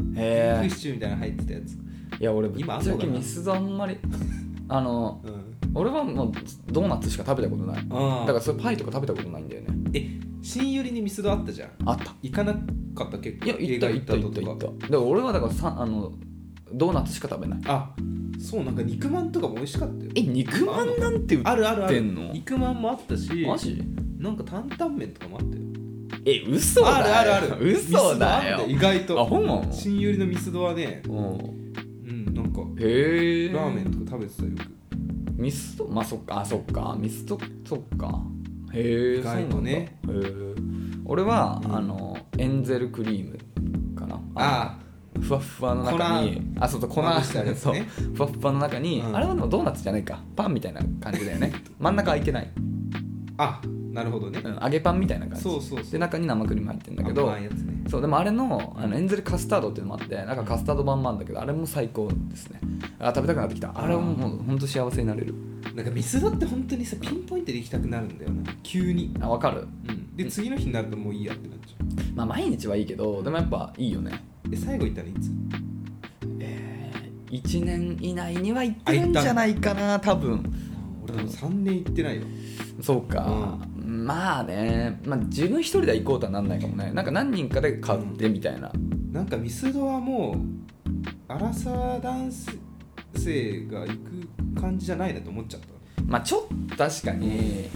Speaker 1: ビー
Speaker 2: へ
Speaker 1: フシチューみたいなの入ってたやつ、
Speaker 2: えいや俺ぶっ
Speaker 1: 今あん
Speaker 2: ちゃ
Speaker 1: のか
Speaker 2: け
Speaker 1: な
Speaker 2: ミスドあんまり あの
Speaker 1: うん、
Speaker 2: 俺はもうドーナツしか食べたことないだ
Speaker 1: あ
Speaker 2: からそれパイとか食べたことないんだよね
Speaker 1: え新寄りにミスドあったじゃん
Speaker 2: あった
Speaker 1: 行かなかった結構
Speaker 2: いや行った行った行った行っただから俺はだからさあのドーナツしか食べない
Speaker 1: あそうなんか肉まんとかも美味しかったよ
Speaker 2: え肉まんなんて売
Speaker 1: あるある
Speaker 2: っ
Speaker 1: あ
Speaker 2: て
Speaker 1: る
Speaker 2: んの
Speaker 1: 肉まんもあったし
Speaker 2: マジ
Speaker 1: なんか担々麺とかもあったよ
Speaker 2: え嘘だよ
Speaker 1: あるあるある
Speaker 2: 嘘だ
Speaker 1: ミスド
Speaker 2: よ
Speaker 1: あん意外と
Speaker 2: あほんま
Speaker 1: 新寄りのミスドはね
Speaker 2: うん
Speaker 1: うんなんか
Speaker 2: へえ
Speaker 1: ラーメンとか食べてたよよ
Speaker 2: ミストまあそっかあそっかミストそっかへえ
Speaker 1: 意外とね
Speaker 2: そうなんだへ俺は、
Speaker 1: うん
Speaker 2: あのエンゼルクリームかな
Speaker 1: あ
Speaker 2: のふわっふわの中にあそうそう粉
Speaker 1: まぶしてあるやつ
Speaker 2: そう
Speaker 1: ね
Speaker 2: ふわっふわの中に、
Speaker 1: うん
Speaker 2: あれはでもドーナツじゃないかパンみたいな感じだよね真ん中開いてない、
Speaker 1: あなるほどね、
Speaker 2: うん、揚げパンみたいな感じ
Speaker 1: そうそうそう
Speaker 2: で中に生クリーム入ってるんだけど
Speaker 1: 甘いやつね
Speaker 2: そうでもあれのあのエンゼルカスタードっていうのもあってなんかカスタード版もあるんだけどあれも最高ですねあ食べたくなってきたあれももう本当幸せになれる
Speaker 1: なんかミスだって本当にさピンポイントで行きたくなるんだよな急に、
Speaker 2: あわかる
Speaker 1: うん、で次の日になるともういいやってなっちゃう
Speaker 2: まあ毎日はいいけどでもやっぱいいよね
Speaker 1: え最後行ったらいつ
Speaker 2: 1年以内には行ってるんじゃないかな多分
Speaker 1: 俺でも3年行ってないよ
Speaker 2: そうか、まあね、まあ、自分一人では行こうとはなんないかもねなんか何人かで買ってみたいな、
Speaker 1: なんかミスドはもうアラサー男性が行く感じじゃないなと思っちゃった
Speaker 2: まあちょっと確かに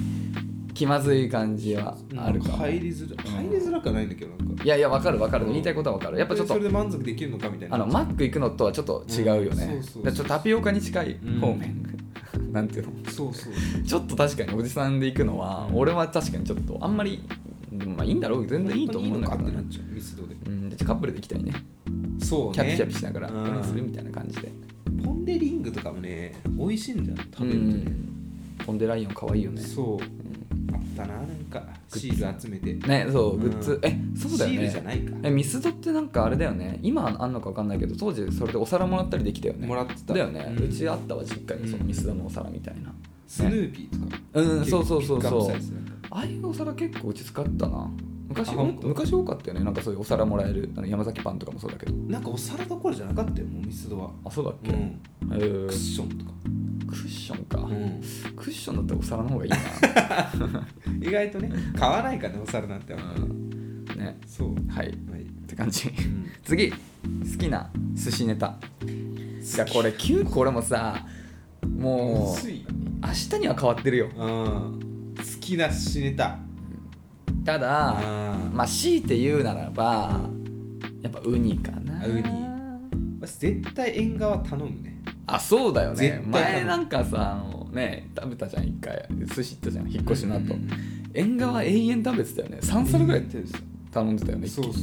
Speaker 2: 気まずい感じはあるかも、
Speaker 1: 入りづら入りづらくはないんだけどなんか
Speaker 2: いやいやわかるわかる
Speaker 1: うん
Speaker 2: 言いたいことはわかるやっぱちょっ
Speaker 1: そ
Speaker 2: と
Speaker 1: れで満足できるのかみたいな
Speaker 2: あのマック行くのとはちょっと違うよね、
Speaker 1: うんそうそうそう
Speaker 2: だからちょっとタピオカに近い方面、 なんていうの
Speaker 1: そうそう
Speaker 2: ちょっと確かにおじさんで行くのは、俺は確かにちょっとあんまりまあいいんだろう全然いいと思うんだけ
Speaker 1: 本当に
Speaker 2: ど
Speaker 1: いいのかってな
Speaker 2: ね
Speaker 1: っちゃうミスドで
Speaker 2: うんでカップルで行きたいね
Speaker 1: そうね
Speaker 2: キャピキャピしながら
Speaker 1: うん
Speaker 2: するみたいな感じで
Speaker 1: ポン・デ・リングとかもね美味しいんだよ食べると
Speaker 2: う
Speaker 1: ね
Speaker 2: んポンデライオン可愛いよね
Speaker 1: そうあったななんかシール集めて
Speaker 2: ねそうグッ
Speaker 1: う
Speaker 2: ズ
Speaker 1: ん
Speaker 2: えそうだよ
Speaker 1: シール
Speaker 2: ね
Speaker 1: じゃないか
Speaker 2: えミスドってなんかあれだよね今あんのか分かんないけど当時それでお皿もらったりできたよね
Speaker 1: もらってた
Speaker 2: だよね、
Speaker 1: う
Speaker 2: うんちあったわ実家にそのミスドのお皿みたいな、
Speaker 1: スヌーピーとか
Speaker 2: うんそうそうそう
Speaker 1: ピックアップ
Speaker 2: そ
Speaker 1: さ
Speaker 2: う
Speaker 1: れてたね
Speaker 2: ああいうお皿結構うち使ったな昔
Speaker 1: あ本当
Speaker 2: 昔多かったよねなんかそういうお皿もらえるあの山崎パンとかもそうだけど
Speaker 1: なんかお皿どころじゃなかったよもうミスドは
Speaker 2: あそうだっ
Speaker 1: う
Speaker 2: け、
Speaker 1: ん
Speaker 2: えー
Speaker 1: クッションとか
Speaker 2: クッションか、
Speaker 1: うん
Speaker 2: クッションだったらお皿の方がいい
Speaker 1: 意外とね買わないからねお皿なんて
Speaker 2: な、うん、ね
Speaker 1: そう
Speaker 2: はいっ
Speaker 1: はい
Speaker 2: て感じ
Speaker 1: ん
Speaker 2: 次好きな寿司ネタいやこれ9個俺もさもう
Speaker 1: 薄い
Speaker 2: 明日には変わってるよ
Speaker 1: うん好きな死ネタ
Speaker 2: ただ
Speaker 1: うん
Speaker 2: まあ強いて言うならばやっぱウニかな
Speaker 1: ウニ絶対縁側頼むね
Speaker 2: あそうだよ
Speaker 1: 絶対
Speaker 2: ね
Speaker 1: 頼む
Speaker 2: 前なんかさあのね食べたじゃん一回寿司行ったじゃん引っ越しの後、
Speaker 1: うん
Speaker 2: 縁側永遠食べてたよね3皿ぐらい
Speaker 1: るさ
Speaker 2: 頼んでたよね
Speaker 1: そうそう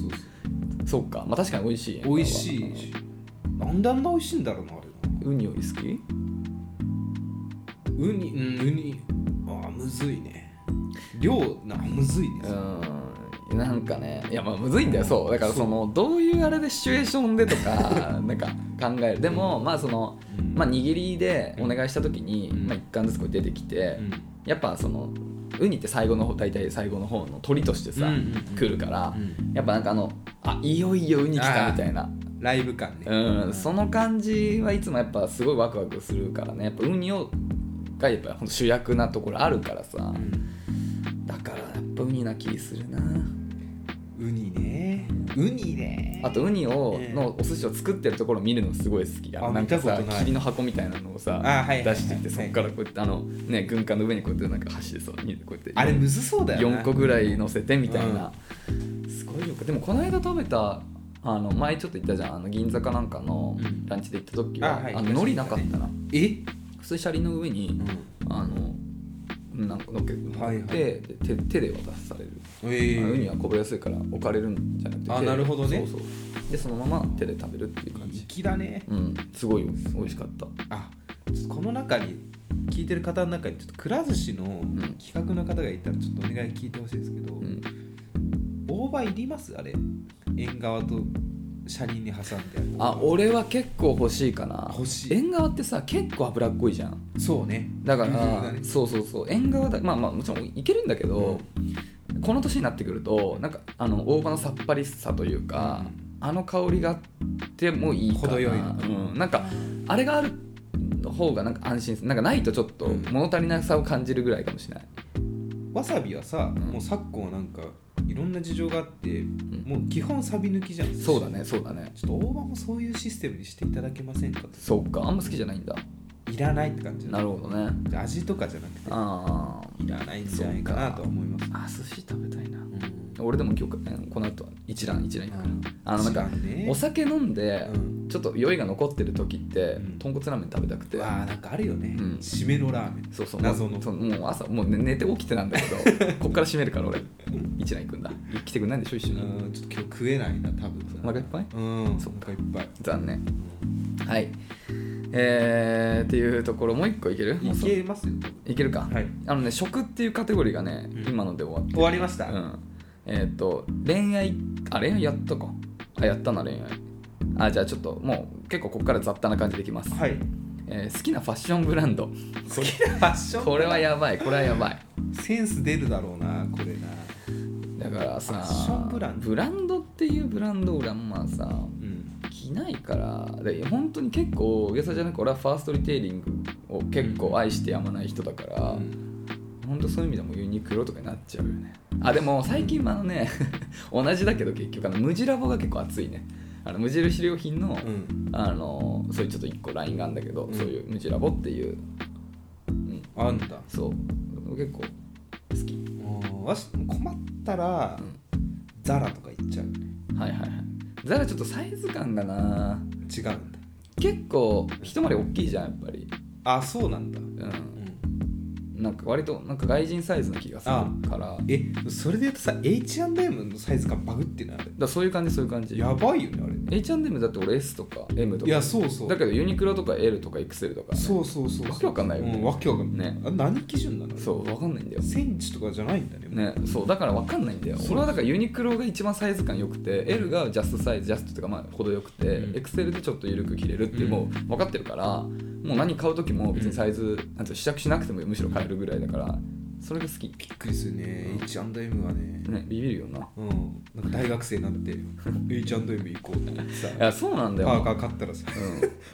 Speaker 2: そうかまあ確かに美味しい
Speaker 1: そう美味しいしなんであんな美味しいんだろうなあれ
Speaker 2: ウニより好き
Speaker 1: ウニうんウニああむずいね量なむずいね
Speaker 2: うーんなんかねいやまあむずいんだよそうだからそのどういうあれでシチュエーションでと かなんか考えるでもまあその
Speaker 1: うん
Speaker 2: まあ握りでお願いした時に、
Speaker 1: うん
Speaker 2: まあ、1貫ずつこう出てきて、
Speaker 1: うん
Speaker 2: やっぱそのウニって最後の方大体最後の方の鳥としてさ、
Speaker 1: うんうんうん
Speaker 2: 来るから
Speaker 1: う、ん
Speaker 2: やっぱなんかあのあいよいよウニ来たみたいな
Speaker 1: ライブ感ね
Speaker 2: うんその感じはいつもやっぱすごいワクワクするからねやっぱウニをがやっぱほんと主役なところあるからさ、
Speaker 1: うん
Speaker 2: だからやっぱウニな気するな
Speaker 1: ウニねウニね
Speaker 2: あとウニを
Speaker 1: ええ
Speaker 2: のお寿司を作ってるところを見るのすごい好きだ
Speaker 1: あ
Speaker 2: なんか
Speaker 1: 見た
Speaker 2: さ
Speaker 1: ことない
Speaker 2: 霧の箱みたいなのをさ
Speaker 1: あはいはいはい
Speaker 2: 出してってそこからこうやってあのね軍艦の上にこうやってなんか箸でそうにこうやって
Speaker 1: あれむずそうだよな
Speaker 2: 4個ぐらい乗せてみたいな、すごいよでもこの間食べたあの前ちょっと行ったじゃんあの銀座かなんかの
Speaker 1: うん
Speaker 2: ランチで行った時は、
Speaker 1: あはい
Speaker 2: あの海苔なかったな
Speaker 1: え
Speaker 2: 普通シャリの上に、あのなんかのっけて、
Speaker 1: はいはい
Speaker 2: で手手で渡される、
Speaker 1: ええ
Speaker 2: ウニはこぼれやすいから置かれるんじゃなくて
Speaker 1: あ
Speaker 2: 手で
Speaker 1: なるほどね
Speaker 2: そうそうでそのまま手で食べるっていう感じ
Speaker 1: 粋だね
Speaker 2: うんすごい美味しかった
Speaker 1: あちょっとこの中に聞いてる方の中にちょっとくら寿司の
Speaker 2: ん
Speaker 1: 企画の方がいたらちょっとお願い聞いてほしいですけど、
Speaker 2: うん
Speaker 1: 大葉いりますあれ縁側と車輪に挟んでる
Speaker 2: あ俺は結構欲しいかな
Speaker 1: 欲しい
Speaker 2: 縁側ってさ結構脂っこいじゃん
Speaker 1: そうね
Speaker 2: だから、
Speaker 1: うんうん
Speaker 2: そうそうそう縁側だまあまあもちろんいけるんだけど、この年になってくるとなんかあの大葉のさっぱりさというか、あの香りがあってもいいかな
Speaker 1: 程よいの
Speaker 2: うん、なんかあれがある方がなんか安心するなんかないとちょっと
Speaker 1: うん
Speaker 2: 物足りなさを感じるぐらいかもしれない、
Speaker 1: わさびはさ、
Speaker 2: うん
Speaker 1: もう昨今はなんかいろんな事情があって、もう基本サビ抜きじゃん
Speaker 2: そうだねそうだね
Speaker 1: ちょっと大葉もそういうシステムにしていただけませんかと
Speaker 2: そうかあんま好きじゃないんだ
Speaker 1: いらないって感じ
Speaker 2: なるほどね
Speaker 1: ど味とかじゃなくて
Speaker 2: あー
Speaker 1: いらないんじゃないかなとは思います、
Speaker 2: あ寿司食べたいな
Speaker 1: うん
Speaker 2: 俺でも今日あのこの後は一覧一覧行くから、あのなんか
Speaker 1: 一蘭ね
Speaker 2: お酒飲んで、
Speaker 1: うん
Speaker 2: ちょっと酔いが残ってる時って、
Speaker 1: うん
Speaker 2: 豚骨ラーメン食べたくて
Speaker 1: わあなんかあるよね、
Speaker 2: うん
Speaker 1: 締めのラーメン
Speaker 2: そうそう
Speaker 1: 謎の
Speaker 2: そうもう朝もう寝寝て起きてなんだけどこっから閉めるから俺一蘭行くんだ来てくんないんでしょ一緒に
Speaker 1: うんちょっと今日食えないな多分
Speaker 2: お腹いっぱい
Speaker 1: うん
Speaker 2: そっ
Speaker 1: お
Speaker 2: か
Speaker 1: 腹いっぱい
Speaker 2: 残念はいえー、っていうところもう一個いけるもう
Speaker 1: い
Speaker 2: そ
Speaker 1: けますよ多分
Speaker 2: いけるか、
Speaker 1: はい
Speaker 2: あのね食っていうカテゴリーがね、
Speaker 1: うん
Speaker 2: 今ので終わって
Speaker 1: 終わりました
Speaker 2: うんえっ、と恋愛あ恋愛やったかあやったな恋愛あじゃあちょっともう結構ここから雑多な感じでいきます、
Speaker 1: はい
Speaker 2: えー好きなファッションブランド
Speaker 1: 好きなファッション
Speaker 2: これはやばいこれはやばい
Speaker 1: センス出るだろうなこれな
Speaker 2: だからさ
Speaker 1: ファッションブランド
Speaker 2: ブランドっていうブランドを俺あんまさ
Speaker 1: うん
Speaker 2: 着ないからで本当に結構大げさじゃなく俺はファーストリテイリングを結構愛してやまない人だから、
Speaker 1: うん
Speaker 2: 本当そういう意味でもユニクロとかになっちゃうよねあでも最近あのね 同じだけど結局あの無地ラボが結構熱いねあの無印良品の、
Speaker 1: うん
Speaker 2: あのそういうちょっと一個ラインがあるんだけど、
Speaker 1: うん
Speaker 2: そういう無地ラボっていう、うん、
Speaker 1: あんだ
Speaker 2: そう結構好き
Speaker 1: うんわし困ったら
Speaker 2: うん
Speaker 1: ザラとか行っちゃうね
Speaker 2: はいはいはいザラちょっとサイズ感がな
Speaker 1: 違うんだ
Speaker 2: 結構一回り大きいじゃんやっぱり
Speaker 1: あそうなんだ
Speaker 2: うんなんか割となんか外人サイズな気がす
Speaker 1: あ
Speaker 2: るからだか
Speaker 1: えそれで言うとさ H&M のサイズ感バグってなあれ
Speaker 2: らそういう感じそういう感じ
Speaker 1: やばいよねあれ
Speaker 2: H&M だって俺 S とか M とか
Speaker 1: いやそうそう
Speaker 2: だけどユニクロとか L とか XL とかね、
Speaker 1: そうそうそう
Speaker 2: わけわかんないよね
Speaker 1: うん、わけわかんない、
Speaker 2: ね
Speaker 1: あ何基準なの
Speaker 2: そうわかんないんだよ
Speaker 1: センチとかじゃないんだね
Speaker 2: ねそうだからわかんないんだよ
Speaker 1: そう
Speaker 2: 俺はだからユニクロが一番サイズ感良くて L がジャストサイズジャストとかまあ程よくて、
Speaker 1: うん
Speaker 2: XL でちょっと緩く着れるって
Speaker 1: うん
Speaker 2: もう分かってるから、もう何買う時も別にサイズ、なんていうの試着しなくてもむしろ買えるぐらいだからそれが好き
Speaker 1: びっくりするね H&M はね
Speaker 2: ねビビるよな
Speaker 1: うんなんか大学生になって H&M 行こうって言ってさ
Speaker 2: いやそうなんだ
Speaker 1: パ
Speaker 2: よ
Speaker 1: ーカー買ったらさ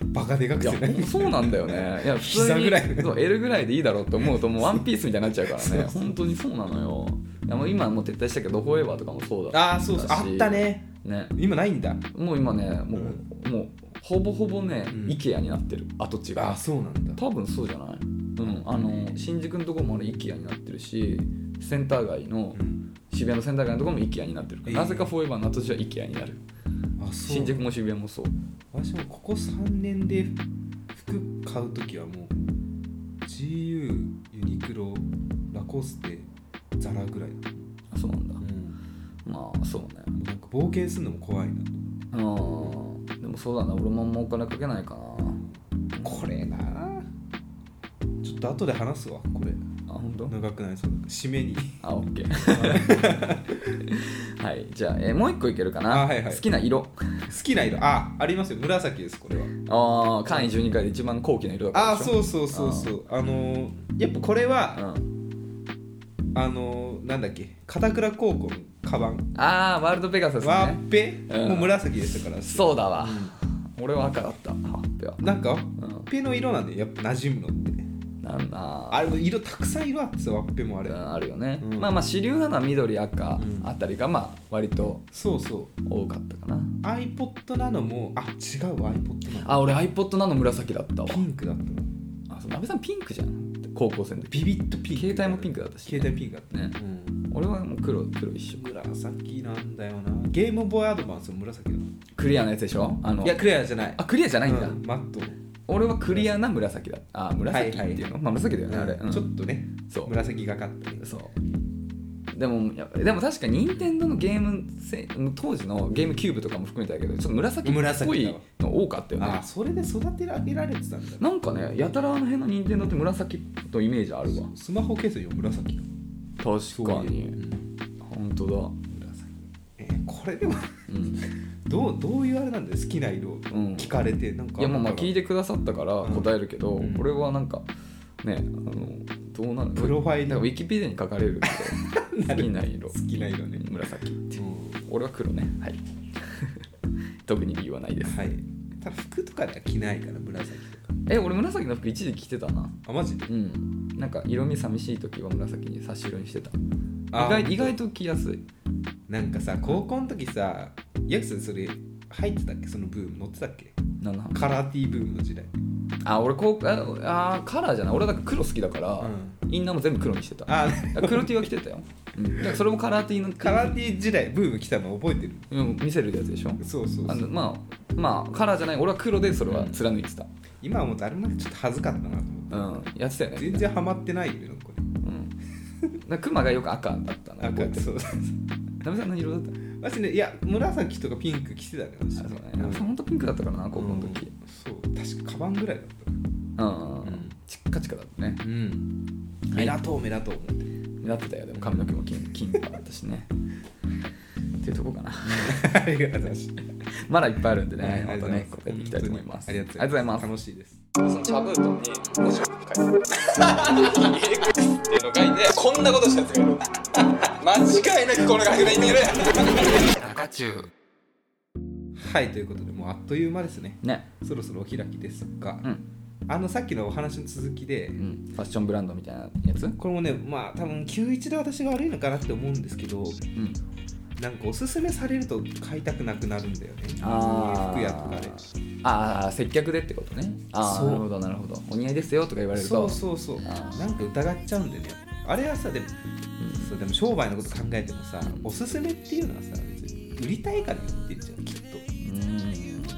Speaker 1: バカでか
Speaker 2: うん、
Speaker 1: く
Speaker 2: い
Speaker 1: て
Speaker 2: や
Speaker 1: ね
Speaker 2: ほんとそうなんだよねいや普通
Speaker 1: 膝
Speaker 2: に
Speaker 1: ぐらい
Speaker 2: そう L ぐらいでいいだろうと思うともうワンピースみたいになっちゃうから
Speaker 1: そう
Speaker 2: ね本当にそうなのよいやもう今はもう撤退したけどフォーエバーとかもそうだ
Speaker 1: ああそうそうあったね
Speaker 2: ね
Speaker 1: 今ないんだ
Speaker 2: もう今ねもう,、もうほぼほぼね、
Speaker 1: うん
Speaker 2: IKEA になってる跡地
Speaker 1: あ
Speaker 2: が
Speaker 1: あそうなんだ
Speaker 2: 多分そうじゃない、うん、あの新宿のとこもあれ IKEA になってるしセンター街の
Speaker 1: うん
Speaker 2: 渋谷のセンター街のとこも IKEA になってるから、
Speaker 1: ええ
Speaker 2: なぜかフォーエバーの跡地は IKEA になる
Speaker 1: あそう
Speaker 2: 新宿も渋谷もそう
Speaker 1: 私もここ3年で服買う時はもう GU ユニクロラコステザラぐらいだ、
Speaker 2: あそうなんだ
Speaker 1: ん、
Speaker 2: まあそうね
Speaker 1: なんか冒険するのも怖いなと
Speaker 2: うんでもそうだな俺もあんまお金かけないかな
Speaker 1: これなちょっと後で話すわこれ
Speaker 2: あ本当
Speaker 1: 長くない そうだ締めに
Speaker 2: あオッケー はいじゃあ、えーもう一個いけるかな、
Speaker 1: あはいはい
Speaker 2: 好きな色
Speaker 1: 好きな色あありますよ紫ですこれは
Speaker 2: ああ簡易12回で一番高貴な色だから
Speaker 1: あ
Speaker 2: でしょ
Speaker 1: そうそうそうそうあのーやっぱこれは
Speaker 2: うん、
Speaker 1: あのーなんだっけ片倉高校のカバン
Speaker 2: ああワールドペガサス
Speaker 1: ワ
Speaker 2: ね
Speaker 1: ッペ、
Speaker 2: うん
Speaker 1: もう紫でしたから
Speaker 2: そうだわ、俺は赤だったワッペは
Speaker 1: なんかワ
Speaker 2: うん
Speaker 1: ッペの色なんでやっぱ馴染むのって
Speaker 2: なんだ
Speaker 1: あれも色たくさん色あってさワッペもあれ、
Speaker 2: うんあるよね、
Speaker 1: うん
Speaker 2: まあまあ主流なのは緑赤
Speaker 1: うん
Speaker 2: あたりがまあ割と
Speaker 1: そうそう
Speaker 2: 多かったかな
Speaker 1: iPod なのもあ違うわ iPod なの
Speaker 2: あ俺 iPod なの紫だったわ
Speaker 1: ピンクだったの
Speaker 2: あそう鍋さんピンクじゃん高校生の時
Speaker 1: ビビッとピンク
Speaker 2: 携帯もピンクだったしね
Speaker 1: 携帯ピンクだった
Speaker 2: ね
Speaker 1: うん
Speaker 2: 俺はもう黒黒一緒
Speaker 1: 紫なんだよなゲームボーイアドバンスも紫だっ
Speaker 2: クリアなやつでしょあの
Speaker 1: たいやクレアじゃない
Speaker 2: あクリアじゃないんだ、
Speaker 1: うマットの
Speaker 2: 俺はクリアな紫だあ紫っていうの、
Speaker 1: はい
Speaker 2: まあ紫だよねあれ、うん
Speaker 1: ちょっとね
Speaker 2: そう
Speaker 1: 紫がかったね
Speaker 2: そうでもやっぱでも確か任天堂のゲームせ当時のゲームキューブとかも含めてだけどちょっと紫っぽ
Speaker 1: 紫だ
Speaker 2: い
Speaker 1: わ
Speaker 2: の多かったよ
Speaker 1: あ
Speaker 2: ね
Speaker 1: あそれで育てられてたんだ
Speaker 2: なんかねやたらあの辺の任天堂って紫のイメージあるわ
Speaker 1: スマホケースよ紫だ
Speaker 2: 確か
Speaker 1: う
Speaker 2: に
Speaker 1: ん
Speaker 2: 本当だ
Speaker 1: 紫えーこれでも
Speaker 2: うん
Speaker 1: どうどういうあれなんだよ好きな色を
Speaker 2: うん
Speaker 1: 聞かれてなんか
Speaker 2: いやまあまあ聞い
Speaker 1: て
Speaker 2: てくださったから
Speaker 1: うん
Speaker 2: 答えるけど、
Speaker 1: うん
Speaker 2: これはなんかねあのどうなる
Speaker 1: プロファイル
Speaker 2: なんかウィキペディアに書かれるんで 好きな色
Speaker 1: 好きな色ね
Speaker 2: 紫って俺は黒ねはい 特に理由はないです
Speaker 1: はいただ服とかでは着ないから紫とか
Speaker 2: え俺紫の服一時着てたな
Speaker 1: あマジで
Speaker 2: うんなんか色味寂しい時は紫に差し色にしてた意
Speaker 1: あ
Speaker 2: 外意外と着やすい
Speaker 1: なんかさ高校の時さヤクさんそれ入ってたっけそのブーム乗ってたっけ
Speaker 2: なんの話
Speaker 1: カラーティーブームの時代
Speaker 2: あ俺こうああーカラーじゃない俺だから黒好きだから、
Speaker 1: う
Speaker 2: インナーも全部黒にしてただ
Speaker 1: あ
Speaker 2: から黒 T は着てたよ、うん、だからそれもカラー T の
Speaker 1: カラーティー時代ブーム来たの覚えてる
Speaker 2: うん見せるやつでしょ
Speaker 1: そうそうそ
Speaker 2: あ
Speaker 1: う
Speaker 2: のまあまあカラーじゃない俺は黒でそれは貫いてた
Speaker 1: 今思うとあれなんかちょっと恥ずかったなと思って
Speaker 2: うんやってたよね
Speaker 1: 全然ハマってないよねなんかね
Speaker 2: うんだ熊がよく赤だったの覚え
Speaker 1: 赤
Speaker 2: てる
Speaker 1: そう
Speaker 2: ナベさん何色だった
Speaker 1: 私ねいや紫とかピンク着てたね私
Speaker 2: あそうねナベさん本当ピンクだったからな高校の
Speaker 1: う
Speaker 2: 時
Speaker 1: んそう確かカバンぐらいだった
Speaker 2: うん、
Speaker 1: うん
Speaker 2: チッカチカだったね
Speaker 1: うん目立とう目立とう思って
Speaker 2: 目立ってたよでも髪の毛も金金髪だったしね っていうとこかな
Speaker 1: ありがとうございます
Speaker 2: まだいっぱいあるんで
Speaker 1: はい
Speaker 2: ね、またね、答えていきたいと思います。
Speaker 1: ありがとうございます
Speaker 2: あり
Speaker 1: 楽
Speaker 2: がとうございま
Speaker 1: しいです
Speaker 2: す。そのタブートに文字を書いて、エレクスっていうのを書いて、こんなことしたやつがいる。間違いなくこの学年にいる。
Speaker 3: 中中
Speaker 1: はいということでもうあっという間ですね
Speaker 2: ね、
Speaker 1: そろそろお開きですが、
Speaker 2: うん、
Speaker 1: あのさっきのお話の続きで、
Speaker 2: うん、ファッションブランドみたいなやつ。うん、
Speaker 1: これもねまあ多分91で私が悪いのかなって思うんですけどなんかおすすめされると買いたくなくなるんだよね
Speaker 2: ああ、
Speaker 1: 服屋とかで
Speaker 2: ああ、接客でってことね。ああ、
Speaker 1: そう
Speaker 2: なるほど、なるほど。お似合いですよとか言われると。
Speaker 1: そうそうそう
Speaker 2: あー
Speaker 1: なんか疑っちゃうんだよねあれはさでもそうでも商売のこと考えてもさおすすめっていうのはさ別に売りたいから言ってるじゃんきっと
Speaker 2: うん。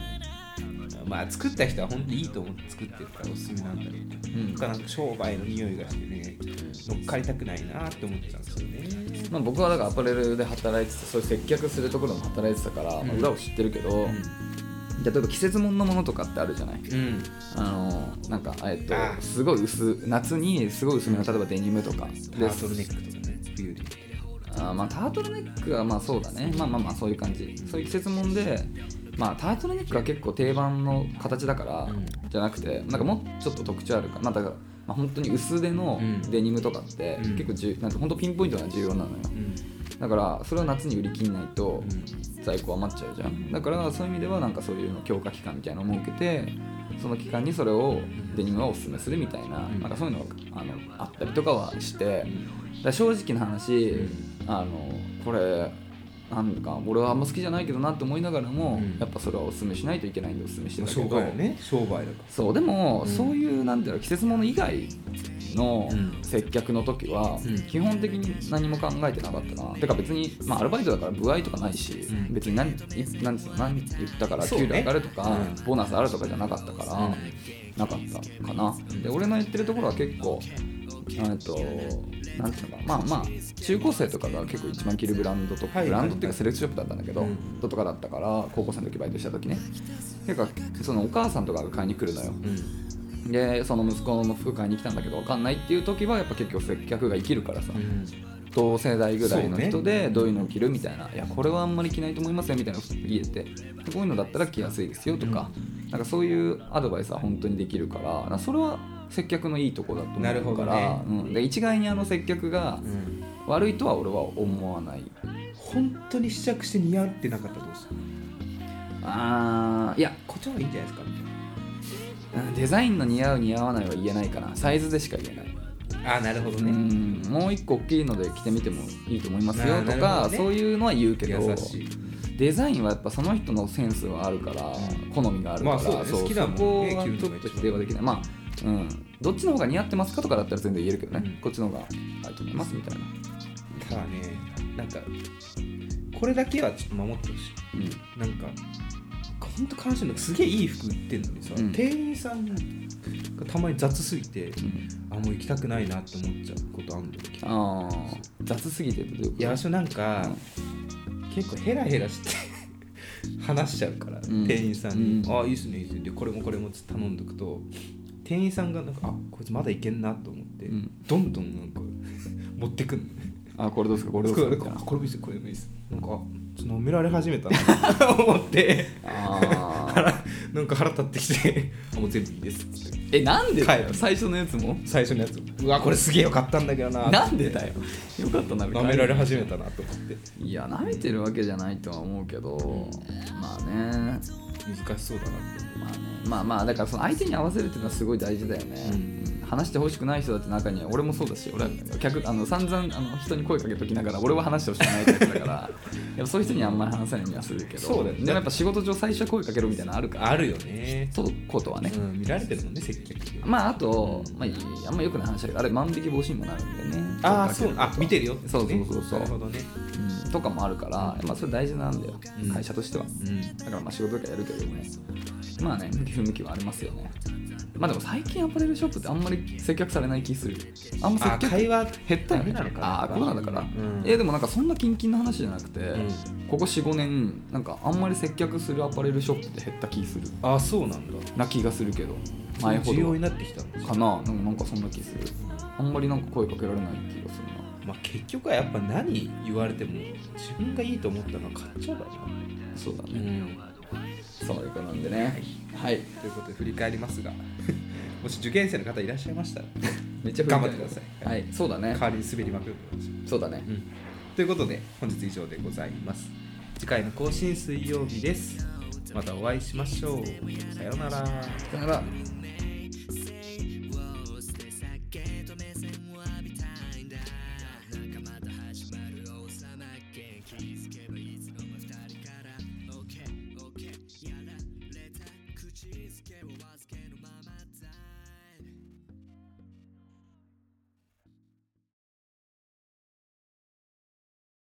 Speaker 1: まあ作った人は本当にいいと思って作ってるからおすすめなんだろうけど
Speaker 2: うん、うん
Speaker 1: 僕はなんか商売の匂いがしてね乗っかりたくないなって思ってたんですよね
Speaker 2: まあ、僕はだからアパレルで働いててそういう接客するところも働いてたから、まあ
Speaker 1: うん
Speaker 2: 裏を知ってるけど、例えば季節物のものとかってあるじゃない
Speaker 1: うん
Speaker 2: あのーなんかえっと
Speaker 1: あー
Speaker 2: すごい薄夏にすごい薄めの例えばデニムとか
Speaker 1: タ
Speaker 2: で
Speaker 1: ートルネックとかね冬で
Speaker 2: あーまあタートルネックはまあそうだねまあまあまあそういう感じそういう季節物でまあタートルネックは結構定番の形だから、
Speaker 1: うん
Speaker 2: じゃなくてなんかもうちょっと特徴あるからまあだから、まあ、本当に薄手の
Speaker 1: うん
Speaker 2: デニムとかって、
Speaker 1: うん
Speaker 2: 結構じゅなんか本当ピンポイントな重要なのよ
Speaker 1: うん
Speaker 2: だからそれは夏に売り切んないと
Speaker 1: う
Speaker 2: 在庫余っちゃうじゃんだからそういう意味ではなんかそういうの強化期間みたいなのを設けてその期間にそれをデニムはおすすめするみたいな,、
Speaker 1: うん
Speaker 2: なんかそういうのがあのあったりとかはして、だから正直な話、あのこれなんか俺はあんま好きじゃないけどなって思いながらも、
Speaker 1: うん
Speaker 2: やっぱそれはおすすめしないといけないんでおすすめして
Speaker 1: ん
Speaker 2: たけ
Speaker 1: 商
Speaker 2: ど、
Speaker 1: 売だね商売だか
Speaker 2: そうでも、
Speaker 1: うん
Speaker 2: そういうなんていうの季節物以外の
Speaker 1: うん
Speaker 2: 接客の時は、
Speaker 1: うん
Speaker 2: 基本的に何も考えてなかったなてか別に、まあ、アルバイトだから部合とかないし、
Speaker 1: ん
Speaker 2: 別に何いなんていうの何言ったから
Speaker 1: そう
Speaker 2: 給
Speaker 1: ね
Speaker 2: 料上がるとか、
Speaker 1: うん
Speaker 2: ボーナスあるとかじゃなかったから、
Speaker 1: うん
Speaker 2: なかったかなで俺の言ってるところは結構えっとなんていうのかなまあまあ中高生とかが結構一番着るブランドとか、
Speaker 1: はい
Speaker 2: ブランドっていうかセレクトショップだったんだけど、
Speaker 1: うん
Speaker 2: とかだったから高校生の時バイトした時ねてかそのお母さんとかが買いに来るのよ
Speaker 1: ら
Speaker 2: でその息子の服買いに来たんだけど分かんないっていう時はやっぱ結局接客が生きるからさ、
Speaker 1: うん
Speaker 2: 同世代ぐらいの
Speaker 1: そ
Speaker 2: 人
Speaker 1: う
Speaker 2: でどういうのを着るみたいな、いやこれはあんまり着ないと思いますよみたいなこと言えてでこういうのだったら着やすいですよとか,、なんかそういうアドバイスは本当にできるからなんかそれは接客のいいとこだと思うか
Speaker 1: な
Speaker 2: ら
Speaker 1: るほどね
Speaker 2: うん、で一概にあの接客が
Speaker 1: うん
Speaker 2: 悪いとは俺は思わない
Speaker 1: 本当に試着して似合ってなかったらどうする
Speaker 2: あーいや
Speaker 1: こっちの方がいいんじゃないですかみたい
Speaker 2: うんデザインの似合う似合わないは言えないかなサイズでしか言えない
Speaker 1: なあーなるほど
Speaker 2: う
Speaker 1: ね
Speaker 2: んもう一個大きいので着てみてもいいと思いますよと
Speaker 1: あーなるほ
Speaker 2: か、
Speaker 1: どね
Speaker 2: そういうのは言うけど
Speaker 1: 優しい
Speaker 2: デザインはやっぱその人のセンスはあるから好みがあるか
Speaker 1: ま
Speaker 2: ら、
Speaker 1: あそうだね好きだもん
Speaker 2: こ
Speaker 1: ね
Speaker 2: は
Speaker 1: 着
Speaker 2: ち
Speaker 1: るの
Speaker 2: ょ
Speaker 1: が
Speaker 2: っ
Speaker 1: 一
Speaker 2: と
Speaker 1: 番
Speaker 2: 否定はできないまあうんどっちの方が似合ってますかとかだったら全然言えるけどね、
Speaker 1: うん
Speaker 2: こっちの方があると思いますみたいな、
Speaker 1: ただねなんかこれだけはちょっと守ってほしい
Speaker 2: うん、
Speaker 1: なんか本当感心のすげえいい服売ってんのにさ、
Speaker 2: うん
Speaker 1: 店員さんがたまに雑すぎて
Speaker 2: うん、
Speaker 1: あもう行きたくないなって思っちゃうことあるんだよ
Speaker 2: ああ雑すぎてってどういうこ
Speaker 1: い
Speaker 2: と
Speaker 1: や私なんか、結構ヘラヘラして 話しちゃうから、
Speaker 2: ん
Speaker 1: 店員さんに「
Speaker 2: うん
Speaker 1: ああいいっすねいいっすね」でこれもこれもつって頼んどくと店員さんがなんか「あこいつまだいけんな」と思って、
Speaker 2: うん
Speaker 1: どんどんなんか持ってくんの
Speaker 2: あこれどうですかこれどう
Speaker 1: これ
Speaker 2: です
Speaker 1: これ
Speaker 2: かみたいな
Speaker 1: これもいいっすよこれもいいっすなんかあちょっと舐められ始めたなと 思って
Speaker 2: あー
Speaker 1: 腹なんか腹立ってきて「あもう全部いいです」って
Speaker 2: えなんでだよ、
Speaker 1: はい
Speaker 2: 最初のやつも
Speaker 1: 最初のやつうわこれすげえよかったんだけどなな
Speaker 2: なんでだよよかったな
Speaker 1: 舐められ始めたなと思って
Speaker 2: いや舐めてるわけじゃないとは思うけどまあね
Speaker 1: 難しそうだなって
Speaker 2: まあねまあまあだからその相手に合わせるっていうのはすごい大事だよね、うん話してほしくない人だって中には俺もそうだし俺は客あの散々あの人に声かけときながら俺は話してほしくないタイプ だからやっぱそういう人にはあんまり話せないにはするけど
Speaker 1: そうだよね
Speaker 2: でもやっぱ仕事上最初は声かけろみたいなのあるから
Speaker 1: あるよね
Speaker 2: そういうことはね、
Speaker 1: うん、見られてるもんね接客
Speaker 2: まああと、まあ、あんま良くない話だけどあれ万引き防止にもなるんでね
Speaker 1: ああ
Speaker 2: かけ
Speaker 1: そ
Speaker 2: る
Speaker 1: う
Speaker 2: とか
Speaker 1: あ見てるよって
Speaker 2: そうそうそうそう
Speaker 1: なるほどね
Speaker 2: うんとかもあるから、まあ、それ大事なんだよ、
Speaker 1: うん
Speaker 2: 会社としては
Speaker 1: うん
Speaker 2: だからまあ仕事とかやるけどねまあね向き不向きはありますよねまあでも最近アパレルショップってあんまり接客されない気するあんま
Speaker 1: あ
Speaker 2: 接客
Speaker 1: 会話
Speaker 2: 減ったよね
Speaker 1: ダメなのかな
Speaker 2: あーコロナだから、
Speaker 1: うん
Speaker 2: えーでもなんかそんなキンキンの話じゃなくて、
Speaker 1: ん
Speaker 2: ここ45年なんかあんまり接客するアパレルショップって減った気する
Speaker 1: ああそうなんだ
Speaker 2: な気がするけど前ほ
Speaker 1: 需要
Speaker 2: ど
Speaker 1: になってきたの
Speaker 2: かななんかなんかそんな気するあんまりなんか声かけられない気がするな
Speaker 1: まあ、結局はやっぱ何言われても自分がいいと思ったら買っちゃうからな、
Speaker 2: そうだ
Speaker 1: う
Speaker 2: ね、
Speaker 1: ん、
Speaker 2: そういうことなんでねはい
Speaker 1: ということで振り返りますが もし受験生の方いらっしゃいましたら
Speaker 2: めっちゃ
Speaker 1: 頑張ってください
Speaker 2: はいそうだね
Speaker 1: 代わりに滑りまくると思います
Speaker 2: そうだね
Speaker 1: うんということで本日以上でございます次回の更新水曜日ですまたお会いしましょうさようなら
Speaker 2: だから